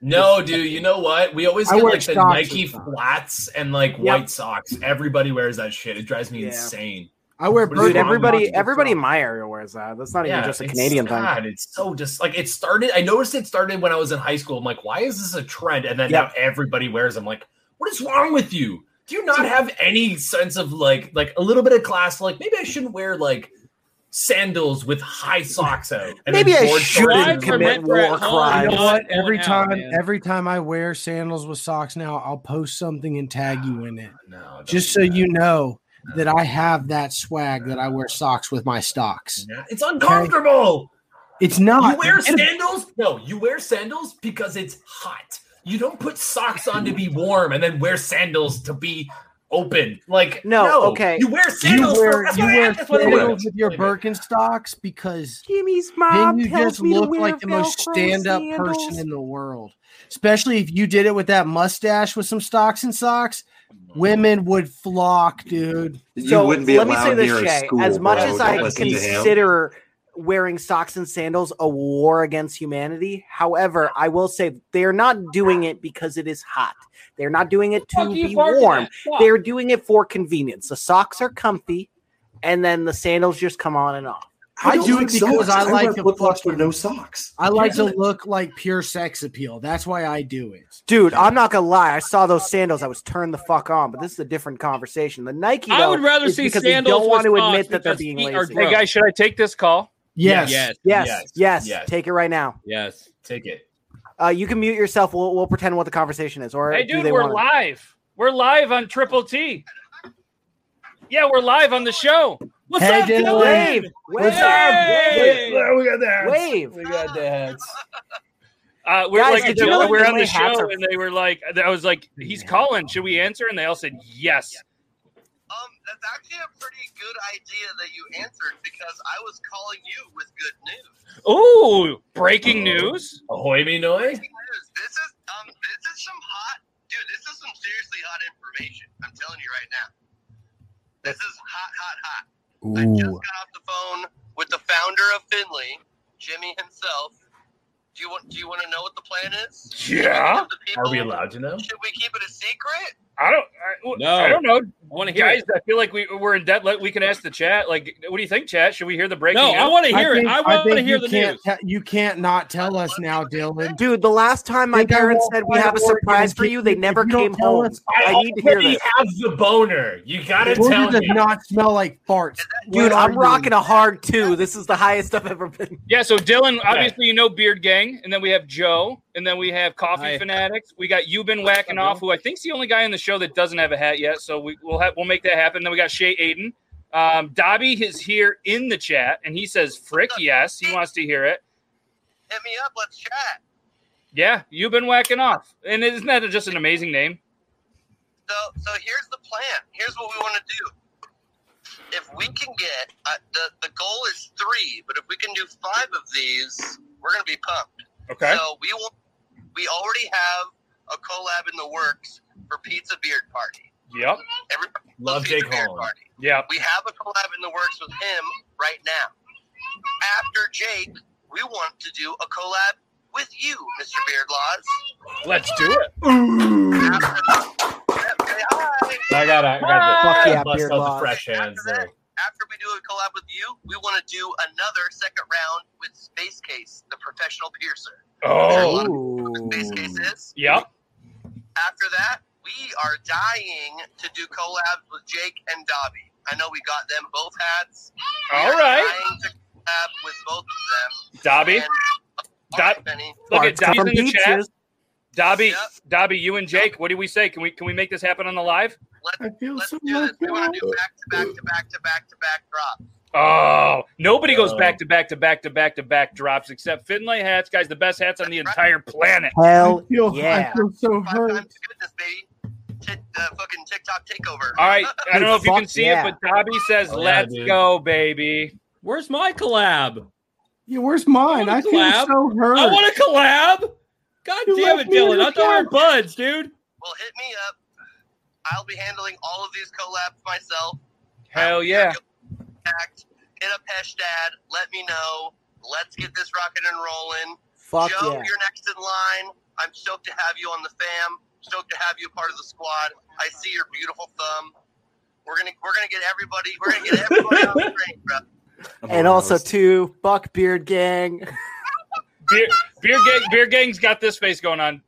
Speaker 2: No, dude. You know what? We always
Speaker 5: I
Speaker 2: get
Speaker 5: wear
Speaker 2: like the
Speaker 5: socks
Speaker 2: Nike
Speaker 5: with socks.
Speaker 2: flats and like
Speaker 1: Yep.
Speaker 2: white socks. Everybody wears that shit. It drives me
Speaker 1: Yeah.
Speaker 2: insane.
Speaker 5: I wear
Speaker 1: Dude,
Speaker 5: purple.
Speaker 1: everybody, everybody in my area wears that. That's not even
Speaker 2: Yeah,
Speaker 1: just a
Speaker 2: it's-
Speaker 1: Canadian
Speaker 2: God,
Speaker 1: thing.
Speaker 2: It's so just like it started. I noticed it started when I was in high school. I'm like, why is this a trend? And then now everybody wears. them. like, what is wrong with you? Do you not have any sense of like, like a little bit of class? Like maybe I shouldn't wear like sandals with high socks out. And
Speaker 1: Maybe
Speaker 2: then
Speaker 1: I
Speaker 2: board
Speaker 1: shouldn't
Speaker 2: shorts.
Speaker 1: commit war
Speaker 5: You know what? Every
Speaker 2: going out,
Speaker 5: time,
Speaker 2: man.
Speaker 5: every time I wear sandals with socks now, I'll post something and tag you in it,
Speaker 2: no,
Speaker 5: just so you know that I have that swag that I wear socks with my stocks.
Speaker 2: It's uncomfortable.
Speaker 5: It's not.
Speaker 2: You wear
Speaker 5: It-
Speaker 2: sandals? No, you wear sandals because it's hot. You don't put socks on to be warm and then wear sandals to be open. Like
Speaker 5: No, okay.
Speaker 2: You wear
Speaker 5: You
Speaker 2: sandals. for-
Speaker 5: wear-
Speaker 2: that's
Speaker 5: you
Speaker 2: what I-
Speaker 5: wear
Speaker 2: that's what I wear.
Speaker 5: sandals with your Birkenstocks because
Speaker 1: Jimmy's
Speaker 5: then you just look like the most stand-up person in the world. Especially if you did it with that mustache with some stocks and socks, women would flock, dude.
Speaker 6: You So, wouldn't be let me allowed say this, near a Shay. school,
Speaker 1: As much as I
Speaker 6: listen to him.
Speaker 1: consider wearing socks and sandals a war against humanity, however, I will say they're not doing it because it is hot. They're not doing it to
Speaker 11: you
Speaker 1: be
Speaker 11: barking
Speaker 1: warm.
Speaker 11: at? Fuck.
Speaker 1: They're doing it for convenience. The socks are comfy, and then the sandals just come on and off.
Speaker 5: I, do it because I like to
Speaker 6: flip flops with no socks.
Speaker 5: I like to
Speaker 1: Yeah.
Speaker 5: look like pure sex appeal. That's why I do it.
Speaker 1: Dude, I'm not gonna lie. I saw those sandals. I was turned the fuck on, but this is a different conversation. The Nike.
Speaker 3: I
Speaker 1: though,
Speaker 3: would rather
Speaker 1: is
Speaker 3: see
Speaker 1: because
Speaker 3: sandals
Speaker 1: They don't want
Speaker 3: with
Speaker 1: to admit
Speaker 3: socks
Speaker 1: that they're
Speaker 3: because
Speaker 1: being
Speaker 3: feet are
Speaker 1: lazy.
Speaker 3: gross. Hey, guys, should I take this call?
Speaker 1: Yes. Yes.
Speaker 3: Yes.
Speaker 1: Yes.
Speaker 3: Yes. Yes.
Speaker 1: Take it right now.
Speaker 19: Yes.
Speaker 2: Take it.
Speaker 1: Uh, you can mute yourself. We'll, we'll pretend what the conversation is. Or
Speaker 3: Hey,
Speaker 1: do
Speaker 3: dude,
Speaker 1: they want
Speaker 3: we're
Speaker 1: it?
Speaker 3: live. We're live on Triple T. Yeah, we're live on the show. What's
Speaker 11: Hey,
Speaker 3: up,
Speaker 11: Dylan.
Speaker 3: Dylan?
Speaker 11: Wave. What's up?
Speaker 3: Hey.
Speaker 11: Wave. We got the hats.
Speaker 1: Wave.
Speaker 3: We
Speaker 2: got the hats.
Speaker 3: Uh, we're
Speaker 11: Guys,
Speaker 3: like,
Speaker 11: did you know
Speaker 3: we're
Speaker 11: that
Speaker 3: on
Speaker 11: the
Speaker 3: the
Speaker 11: hats
Speaker 3: show,
Speaker 11: are-
Speaker 3: and they were like, I was like, he's calling. Should we answer? And they all said yes. Um, that's actually a pretty good idea that you answered because I was calling you with good news. Ooh, breaking news!
Speaker 2: Ahoy, me noy.
Speaker 16: Ooh.
Speaker 14: with the founder of Finley, Jimmy himself. Do you want? Do you want to know what the plan is?
Speaker 3: Yeah.
Speaker 2: Are we allowed to know?
Speaker 3: I don't. I,
Speaker 2: No.
Speaker 3: I don't know.
Speaker 19: Wanna hear
Speaker 3: Guys,
Speaker 19: it.
Speaker 3: I feel like we, we're in debt. Like, we can ask the chat. Like, what do you think, chat? Should we hear the breaking?
Speaker 19: No, I
Speaker 3: news?
Speaker 19: wanna hear it. I wanna
Speaker 5: think
Speaker 19: hear
Speaker 5: you
Speaker 19: the
Speaker 5: can't te- you can't not tell us now, Dylan.
Speaker 1: Dude, the last time my
Speaker 5: Think I
Speaker 1: parents
Speaker 5: won't
Speaker 1: said we
Speaker 5: fight
Speaker 1: have a
Speaker 5: a war
Speaker 1: surprise
Speaker 5: against
Speaker 1: for you, they
Speaker 5: you if
Speaker 1: never
Speaker 5: you don't
Speaker 1: came
Speaker 5: tell
Speaker 1: home.
Speaker 5: us-
Speaker 1: I need to hear this.
Speaker 2: have the boner. You gotta
Speaker 5: Georgia
Speaker 2: tell
Speaker 5: does
Speaker 2: me.
Speaker 5: not smell like farts.
Speaker 1: Dude,
Speaker 5: Where are
Speaker 1: I'm
Speaker 5: you?
Speaker 1: rocking a hard two. This is the highest I've ever been.
Speaker 3: Yeah, so Dylan, obviously you know Beard Gang, and then we have Joe, and then we have Coffee
Speaker 19: Hi.
Speaker 3: Fanatics. We got you been whacking off, who I think's the only guy in the show that doesn't have a hat yet. So we, we'll have, we'll make that happen. Then we got Shay Aiden. Um, Dobby is here in the chat, and he says frick yes, he wants to hear it. Hit me up, let's chat. Yeah, you've been whacking off, and isn't that just an amazing name?
Speaker 14: Here's what we want to do. If we can get uh, the the goal is three, but if we can do five of these, we're gonna be pumped.
Speaker 3: Okay.
Speaker 14: So we will. We already have a collab in the works for Pizza Beard Party.
Speaker 3: Yep.
Speaker 2: Love Jake Holland.
Speaker 3: Yeah.
Speaker 14: We have a collab in the works with him right now. After Jake, we want to do a collab with you, Mr. Beardlaws.
Speaker 3: Let's do it.
Speaker 2: I gotta, I gotta
Speaker 14: Fuck yeah,
Speaker 2: bust
Speaker 14: beard
Speaker 2: out
Speaker 14: laws.
Speaker 2: the fresh hands there.
Speaker 14: We want to do another second round with Space Case, the professional piercer.
Speaker 1: Oh.
Speaker 3: Yep.
Speaker 14: After that, we are dying to do collabs with Jake and Dobby. I know we got them both hats. We
Speaker 3: All
Speaker 14: are
Speaker 3: right.
Speaker 14: Dying to collab with both of them.
Speaker 3: Dobby.
Speaker 14: And-
Speaker 3: Dob-
Speaker 14: Benny.
Speaker 3: Look at
Speaker 14: Barks
Speaker 3: Dobby's in
Speaker 14: from
Speaker 3: the chat.
Speaker 14: peaches.
Speaker 3: Dobby, Dobby, you and Jake, what do we say? Can we can we make this happen on the live?
Speaker 5: I feel so
Speaker 3: Oh, nobody goes
Speaker 11: Oh.
Speaker 3: back to back to back to back to back drops except Finlay hats, guys. The best hats on the entire planet.
Speaker 1: Hell
Speaker 3: yeah.
Speaker 5: I feel so hurt.
Speaker 3: All right, I
Speaker 5: Dude,
Speaker 3: don't know if you
Speaker 5: fuck
Speaker 3: can see
Speaker 5: yeah.
Speaker 3: it, but Dobby says,
Speaker 5: Oh, yeah,
Speaker 3: "Let's
Speaker 5: dude.
Speaker 3: go, baby." Where's my collab?
Speaker 5: Yeah, where's mine? I, feel
Speaker 3: collab.
Speaker 5: so hurt.
Speaker 3: I want to collab. God
Speaker 5: You
Speaker 3: damn it,
Speaker 5: left me in
Speaker 3: Dylan!
Speaker 5: the
Speaker 3: I thought we were
Speaker 5: dark.
Speaker 3: buds, dude.
Speaker 14: I'll be handling all of these collabs myself.
Speaker 3: Hell yeah!
Speaker 14: Act, hit up hashtag. Let me know. Let's get this rocking and rolling.
Speaker 1: Fuck
Speaker 14: Joe,
Speaker 1: yeah.
Speaker 14: you're next in line. I'm stoked to have you on the fam. Stoked to have you a part of the squad. I see your beautiful thumb.
Speaker 20: We're gonna we're gonna get everybody. We're gonna get everybody on the train, bro.
Speaker 1: and also too, Buck Beard Gang.
Speaker 3: Beer, beer gang, beer gang's got this face going on.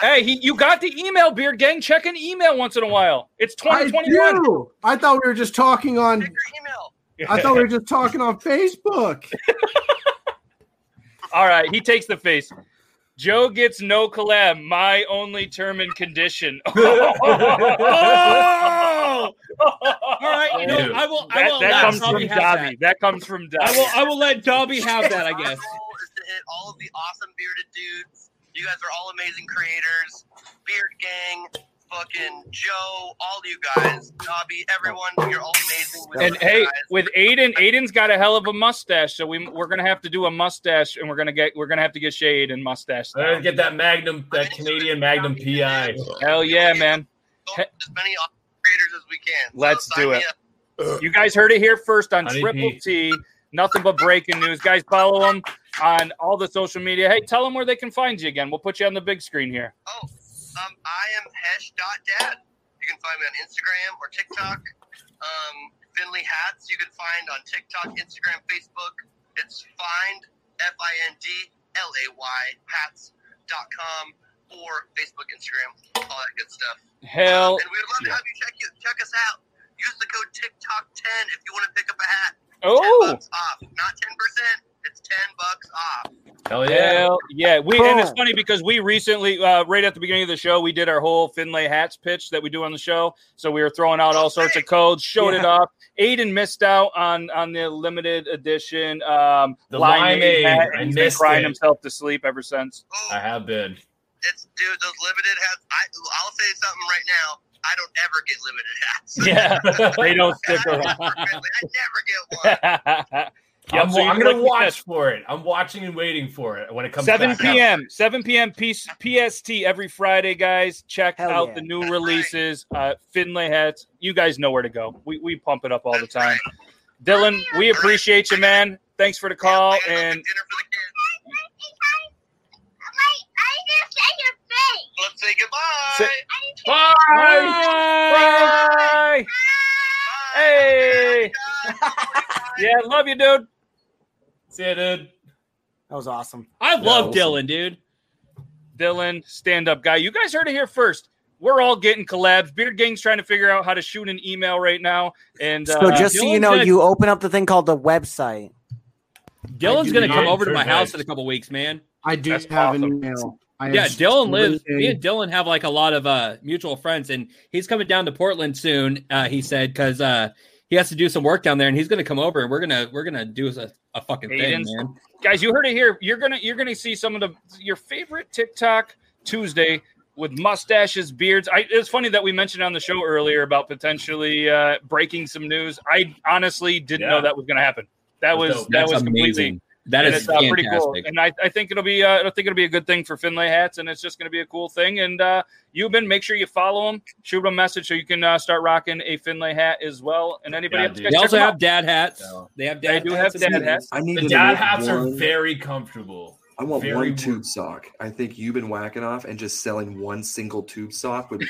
Speaker 3: Hey, he, you got the email, Beard Gang. Check an email once in a while. It's
Speaker 5: I
Speaker 3: 2021.
Speaker 5: do. I thought we were just talking on. I thought we were just talking on Facebook.
Speaker 3: All right, he takes the face. Joe gets no collab. My only term and condition.
Speaker 19: Oh! All right, you know,
Speaker 3: Dude,
Speaker 19: I will. I
Speaker 3: that,
Speaker 19: will
Speaker 3: that
Speaker 19: allow
Speaker 3: comes
Speaker 19: Tommy
Speaker 3: from
Speaker 19: have
Speaker 3: Dobby. That. comes from Dobby.
Speaker 19: I will. I will let Dobby have that. I guess.
Speaker 20: You guys are all amazing creators. Beard Gang, fucking Joe, all you guys, Dobby, everyone, you're all amazing. With
Speaker 3: And hey, with Aiden, Aiden's got a hell of a mustache, so we we're gonna have to do a mustache, and we're gonna get we're gonna have to get shade and mustache.
Speaker 2: I'm gonna get that Magnum, that Canadian Magnum PI.
Speaker 3: Hell yeah, man! Let's do it. You guys heard it here first on
Speaker 2: Honey
Speaker 3: Triple
Speaker 2: Pete.
Speaker 3: T. Nothing but breaking news, guys. Follow them on all the social media. Hey, tell them where they can find you again. We'll put you on the big screen here.
Speaker 20: Um, I am Hesh.dad. You can find me on Instagram or TikTok. Um, Finley Hats, you can find on TikTok, Instagram, Facebook. It's find, F I N D L A Y, hats.com or Facebook, Instagram, all that good stuff.
Speaker 3: Hell
Speaker 20: Um, and we would love to have you check, you check us out. Use the code TikTok10 if you want to pick up a hat.
Speaker 3: Oh.
Speaker 20: 10 bucks off. Not 10%, it's 10 bucks off.
Speaker 3: Hell yeah. yeah. We and it's funny because we recently, uh, right at the beginning of the show, we did our whole Finlay hats pitch that we do on the show. So we were throwing out all sorts of codes, showed it
Speaker 2: Yeah.
Speaker 3: off. Aiden missed out on on the limited edition um
Speaker 2: The
Speaker 3: Lion Aid
Speaker 2: Lion
Speaker 3: hat,
Speaker 2: Aid.
Speaker 3: and
Speaker 2: I
Speaker 3: he's been
Speaker 2: missed
Speaker 3: crying
Speaker 2: it.
Speaker 3: himself to sleep ever since.
Speaker 2: I have been.
Speaker 20: I'll say something right now. I don't ever get limited hats.
Speaker 3: Yeah, they don't stick
Speaker 20: And I
Speaker 3: around.
Speaker 20: I
Speaker 3: never get one. Yep,
Speaker 2: I'm,
Speaker 3: so you
Speaker 2: I'm gonna
Speaker 3: clicked
Speaker 2: watch
Speaker 3: it.
Speaker 2: for it. I'm watching and waiting for it when it comes.
Speaker 3: 7
Speaker 2: back out.
Speaker 3: p.m. 7 p.m. P- PST every Friday, guys. Check out
Speaker 2: yeah.
Speaker 3: the new releases. Uh, Finlay hats. You guys know where to go. We, we pump it up all the time. Dylan, we appreciate you, man. Thanks for the call. And
Speaker 20: Let's say goodbye.
Speaker 3: Bye. Bye. Hey. yeah, love you, dude.
Speaker 2: See ya, dude.
Speaker 1: That was awesome.
Speaker 3: I
Speaker 1: love
Speaker 3: Dylan, dude. Dylan, stand up guy. You guys heard it here first. We're all getting collabs. Beard Gang's trying to figure out how to shoot an email right now. And
Speaker 1: So
Speaker 3: uh,
Speaker 1: just so you
Speaker 3: Dylan's
Speaker 1: know,
Speaker 3: gonna-
Speaker 1: you open up the thing called the website.
Speaker 19: Dylan's gonna come
Speaker 1: Yeah,
Speaker 19: over to my
Speaker 1: perfect.
Speaker 19: house in a couple weeks, man.
Speaker 5: I do
Speaker 19: That's
Speaker 5: have
Speaker 19: awesome.
Speaker 5: an email. I
Speaker 19: yeah,
Speaker 5: have
Speaker 19: Dylan lives.
Speaker 5: something-
Speaker 19: Me and Dylan have like a lot of uh, mutual friends, and he's coming down to Portland soon. Uh, he said because uh, he has to do some work down there, and he's going to come over, and we're gonna we're gonna do a, a fucking thing,
Speaker 3: Aiden's-
Speaker 19: man.
Speaker 3: guys, you heard it here. You're gonna you're gonna see some of the your favorite TikTok Tuesday with mustaches, beards. I, it's funny that we mentioned on the show earlier about potentially uh, breaking some news. I honestly didn't know
Speaker 19: Yeah.
Speaker 3: that was gonna happen. That
Speaker 19: That's
Speaker 3: was
Speaker 19: dope.
Speaker 3: that
Speaker 19: That's
Speaker 3: was completely
Speaker 19: amazing. That
Speaker 3: and
Speaker 19: is
Speaker 3: it's, uh, pretty cool.
Speaker 19: fantastic.
Speaker 3: And I, I think it'll be uh, I think it'll be a good thing for Finlay hats, and it's just gonna be a cool thing. And uh, you've been make sure you follow him, shoot him a message so you can uh, start rocking a Finlay hat as well. And anybody else, guys,
Speaker 19: they
Speaker 3: check
Speaker 19: also
Speaker 3: him out.
Speaker 19: have dad hats. They have
Speaker 3: They
Speaker 19: dad.
Speaker 3: do have dad hats.
Speaker 6: I need
Speaker 2: The
Speaker 6: to
Speaker 2: dad
Speaker 6: make
Speaker 2: hats are
Speaker 6: one-
Speaker 2: very comfortable.
Speaker 6: I want
Speaker 2: very
Speaker 6: one tube sock. I think you've been whacking off and just selling one single tube sock would be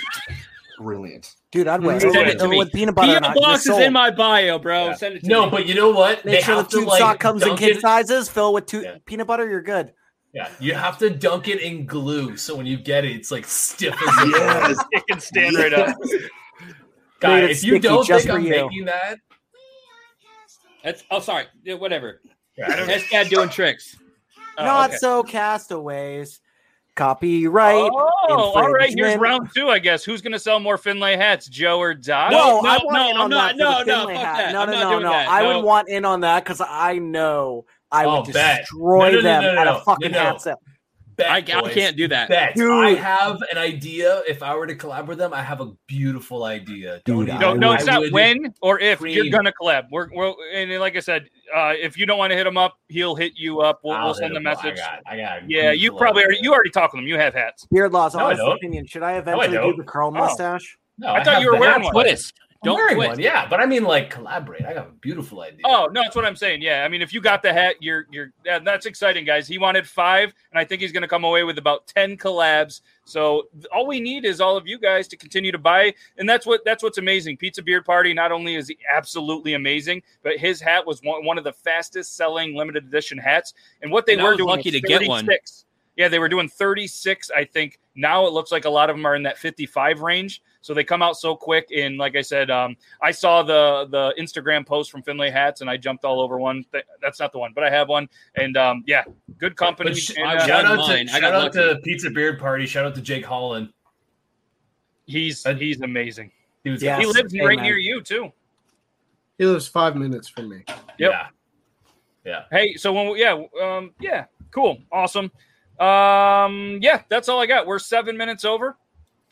Speaker 6: brilliant.
Speaker 1: Dude, I'd wear
Speaker 6: Send
Speaker 1: it
Speaker 6: it to me.
Speaker 1: with peanut butter.
Speaker 6: PM
Speaker 1: on it, you're
Speaker 6: box is
Speaker 1: sold.
Speaker 6: in
Speaker 19: my bio, bro.
Speaker 2: Yeah.
Speaker 19: Send it to
Speaker 2: no,
Speaker 19: me.
Speaker 2: but you know what?
Speaker 1: Make sure the
Speaker 2: have to,
Speaker 1: tube
Speaker 2: like,
Speaker 1: sock comes in
Speaker 2: dunk
Speaker 1: kid
Speaker 2: it-
Speaker 1: sizes. Fill with two, peanut butter. You're good.
Speaker 2: Yeah, you have to dunk it in glue, so when you get it, it's like stiff as
Speaker 6: yes.
Speaker 3: it can stand right up.
Speaker 2: Guy,
Speaker 3: Made it
Speaker 2: if you
Speaker 3: sticky
Speaker 2: don't
Speaker 3: just
Speaker 2: think
Speaker 3: for
Speaker 2: I'm
Speaker 3: you.
Speaker 2: making that,
Speaker 19: That's oh, sorry. Yeah, whatever.
Speaker 2: I don't-
Speaker 19: That's dad doing tricks.
Speaker 1: Not so castaways. Copyright.
Speaker 3: Oh, all right. Here's
Speaker 1: infringement.
Speaker 3: round two, I guess. Who's going to sell more Finlay hats, Joe or Doc?
Speaker 1: No, I want in on that for the Finlay hat. No, no, no, no. I would want in on that because I know I
Speaker 2: Oh,
Speaker 1: would
Speaker 2: bet.
Speaker 1: destroy
Speaker 2: No, no, no,
Speaker 1: them
Speaker 2: no, no,
Speaker 1: at
Speaker 2: no,
Speaker 1: a fucking
Speaker 2: no.
Speaker 1: hat sale.
Speaker 2: bet,
Speaker 19: I- I
Speaker 2: boys.
Speaker 19: can't do that.
Speaker 2: Bet.
Speaker 1: Dude.
Speaker 2: I have an idea. If I were to collab with them, I have a beautiful idea. Don't
Speaker 1: Dude,
Speaker 2: even-
Speaker 3: No, no, it's
Speaker 2: I
Speaker 3: not
Speaker 2: would-
Speaker 3: when or if you're
Speaker 2: Cream.
Speaker 3: going to collab. We're, we're and like I said, uh, if you don't want to hit him up, he'll hit you up. We'll,
Speaker 2: I'll
Speaker 3: we'll
Speaker 2: hit
Speaker 3: send the
Speaker 2: him up. I
Speaker 3: message.
Speaker 2: got- I got
Speaker 3: yeah,
Speaker 2: Greek
Speaker 3: you
Speaker 2: blood.
Speaker 3: probably already, you already talked with him. You have hats.
Speaker 1: Beard Law's
Speaker 3: No, I
Speaker 1: honest
Speaker 3: don't.
Speaker 1: opinion. Should I
Speaker 3: No, I
Speaker 1: eventually do
Speaker 3: don't.
Speaker 1: the chrome
Speaker 3: Oh.
Speaker 1: mustache?
Speaker 3: I, thought you were wearing one.
Speaker 2: I'm
Speaker 3: Don't
Speaker 2: wearing
Speaker 3: quit.
Speaker 2: one, yeah, but I mean, like, collaborate. I got a beautiful idea.
Speaker 3: Oh no, that's what I'm saying. Yeah, I mean, if you got the hat, you're you're yeah, that's exciting, guys. He wanted five, and I think he's going to come away with about ten collabs. So th- all we need is all of you guys to continue to buy, and that's what that's what's amazing. Pizza Beard Party not only is he absolutely amazing, but his hat was one, one of the fastest selling limited edition hats, and what they
Speaker 19: And I
Speaker 3: were
Speaker 19: was
Speaker 3: doing
Speaker 19: lucky to
Speaker 3: was
Speaker 19: get one.
Speaker 3: 36. Yeah, they were doing 36, I think. Now it looks like a lot of them are in that 55 range. So they come out so quick. And like I said, um, I saw the the Instagram post from Finlay Hats and I jumped all over one. Th- That's not the one, but I have one. And um, yeah, good company.
Speaker 2: But sh-
Speaker 3: and, uh,
Speaker 2: shout out, to, shout out to Pizza Beard Party. Shout out to Jake Holland.
Speaker 3: He's he's amazing.
Speaker 2: Dude's
Speaker 3: he
Speaker 2: awesome.
Speaker 3: lives right near you too.
Speaker 7: He lives five minutes from me.
Speaker 3: Yeah.
Speaker 2: Yeah.
Speaker 3: Hey, so when we, yeah, um, yeah, cool, awesome. Um, yeah, that's all I got. We're seven minutes over.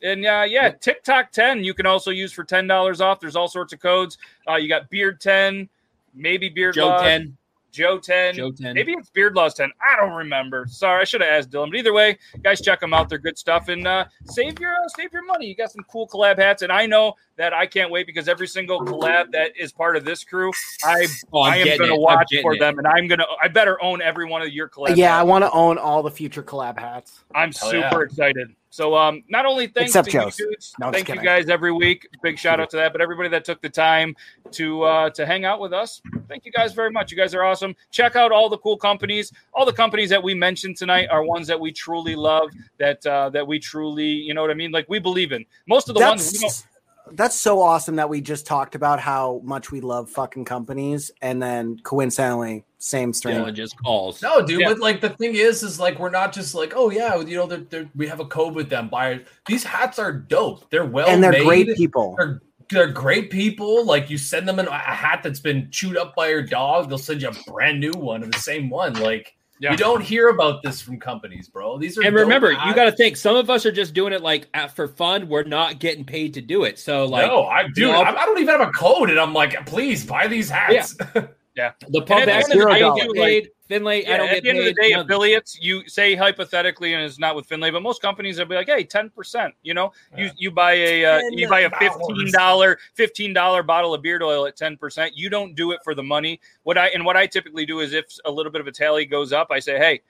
Speaker 3: And uh, yeah, TikTok 10 you can also use for $10 off. There's all sorts of codes. Uh, you got Beard 10, maybe Beard
Speaker 19: Joe
Speaker 3: Laws,
Speaker 19: 10.
Speaker 3: Joe 10.
Speaker 19: Joe 10.
Speaker 3: Maybe it's Beard Laws 10. I don't remember. Sorry, I should have asked Dylan. But either way, guys, check them out. They're good stuff. And uh, save your uh, save your money. You got some cool collab hats. And I know that I can't wait because every single collab that is part of this crew, I,
Speaker 19: Oh, I'm
Speaker 3: I am
Speaker 19: getting
Speaker 3: going
Speaker 19: it.
Speaker 3: to
Speaker 19: I'm
Speaker 3: watch
Speaker 19: getting
Speaker 3: for
Speaker 19: it.
Speaker 3: them. And I'm going to, I better own every one of your collab
Speaker 1: yeah, I
Speaker 3: hats.
Speaker 1: want to own all the future collab hats.
Speaker 3: I'm
Speaker 1: Hell
Speaker 3: super
Speaker 1: yeah.
Speaker 3: excited. So, um, not only thanks
Speaker 1: Except
Speaker 3: to you
Speaker 1: Joe's.
Speaker 3: dudes,
Speaker 1: No, I'm just
Speaker 3: thank you
Speaker 1: kidding.
Speaker 3: guys every week. Big shout out to that, but everybody that took the time to uh, to hang out with us, thank you guys very much. You guys are awesome. Check out all the cool companies. All the companies that we mentioned tonight are ones that we truly love. That uh, that we truly, you know what I mean? Like we believe in most of the ones. We don't,
Speaker 1: That's that's so awesome that we just talked about how much we love fucking companies, and then coincidentally, same stream.
Speaker 19: Dylan just calls.
Speaker 2: No, dude,
Speaker 1: Yeah.
Speaker 2: but like the thing is, is like we're not just like, oh yeah, you know, they're, they're, we have a code with them. Buy these hats are dope. They're well
Speaker 1: and they're
Speaker 2: made.
Speaker 1: great people.
Speaker 2: They're, they're great people. Like you send them an, a hat that's been chewed up by your dog, they'll send you a brand new one of the same one. Like you don't hear about this from companies, bro. These are
Speaker 19: and
Speaker 2: dope
Speaker 19: remember, you
Speaker 2: hats.
Speaker 19: got to think. Some of us are just doing it like at- for fun. We're not getting paid to do it. So like,
Speaker 2: no, I
Speaker 19: you
Speaker 2: dude,
Speaker 19: know,
Speaker 2: I, I don't even have a code, and I'm like, please buy these hats.
Speaker 3: yeah,
Speaker 19: The pub
Speaker 3: And at
Speaker 19: act-
Speaker 3: the end of the
Speaker 19: I don't
Speaker 3: day,
Speaker 19: get
Speaker 3: like-
Speaker 19: paid. Finlay, I
Speaker 3: Yeah,
Speaker 19: don't
Speaker 3: at
Speaker 19: get
Speaker 3: the end
Speaker 19: paid.
Speaker 3: of the day,
Speaker 19: None of-
Speaker 3: affiliates, you say hypothetically, and it's not with Finlay, but most companies will be like, "Hey, ten percent." You know, you you buy a uh, you buy a fifteen dollar fifteen dollar bottle of beard oil at ten percent. You don't do it for the money. What I and what I typically do is, if a little bit of a tally goes up, I say, "Hey."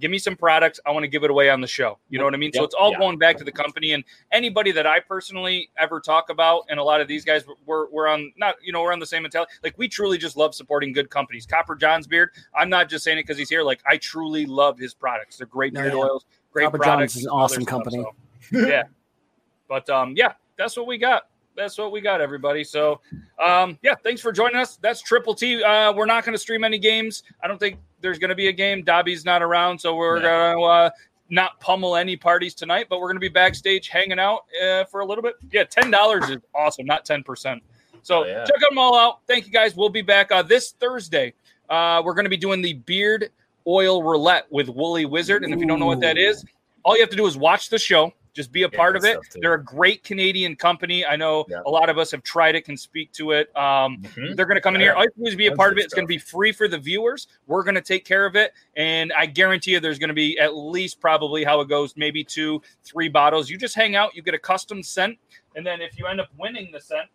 Speaker 3: Give me some products. I want to give it away on the show. You know what I mean? So
Speaker 19: Yep.
Speaker 3: it's all
Speaker 19: Yeah.
Speaker 3: going back to the company and anybody that I personally ever talk about, and a lot of these guys, we're, we're on not you know we're on the same mentality. Like we truly just love supporting good companies. Copper John's beard. I'm not just saying it because he's here. Like I truly love his products. They're great
Speaker 1: No,
Speaker 3: beard
Speaker 1: yeah.
Speaker 3: oils. Great
Speaker 1: Papa
Speaker 3: products.
Speaker 1: John's is an
Speaker 3: all their
Speaker 1: awesome
Speaker 3: stuff,
Speaker 1: company.
Speaker 3: so. yeah. But um, yeah, that's what we got. That's what we got, everybody. So um, yeah, thanks for joining us. That's Triple T. Uh, we're not going to stream any games. I don't think there's going to be a game. Dobby's not around, so we're going to uh, not pummel any parties tonight. But we're going to be backstage hanging out uh, for a little bit. Yeah, ten dollars is awesome. Not ten percent. So check them all out. Thank you guys. We'll be back uh, this Thursday. Uh, we're going to be doing the beard oil roulette with Wooly Wizard, and if you don't know what that is, all you have to do is watch the show. Just be a part of it. They're a great Canadian company. I know a lot of us have tried it, can speak to it. Um, They're going to come in here.
Speaker 19: Yeah.
Speaker 3: All you have to do is be a
Speaker 19: That's
Speaker 3: part of
Speaker 19: good
Speaker 3: it. It's going to be free for the viewers. We're going to take care of it, and I guarantee you, there's going to be at least probably how it goes, maybe two, three bottles. You just hang out. You get a custom scent, and then if you end up winning the scent,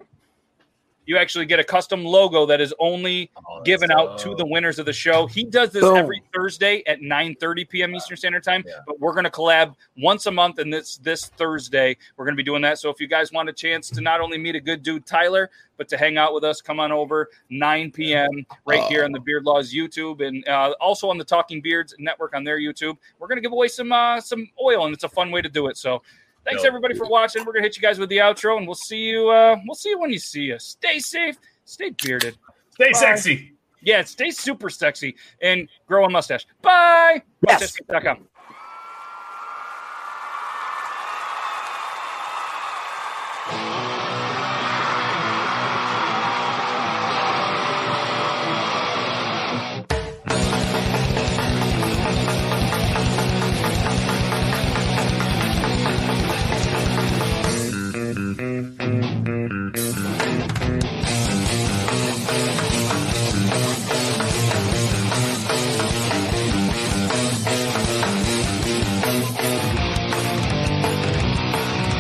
Speaker 3: you actually get a custom logo that is only given out to the winners of the show. He does this
Speaker 1: Boom.
Speaker 3: every Thursday at 9:30 p.m. Eastern Standard Time, but we're going to collab once a month and this this Thursday we're going to be doing that. So if you guys want a chance to not only meet a good dude Tyler, but to hang out with us, come on over 9 p.m. right here on the Beard Laws YouTube and uh, also on the Talking Beards network on their YouTube. We're going to give away some uh, some oil and it's a fun way to do it. So Thanks
Speaker 2: No.
Speaker 3: everybody for watching. We're gonna hit you guys with the outro, and we'll see you. Uh, we'll see you when you see us. Stay safe. Stay bearded.
Speaker 2: Stay sexy.
Speaker 3: Yeah, stay super sexy and grow a mustache. Bye.
Speaker 1: Yes.
Speaker 3: Mustache.com.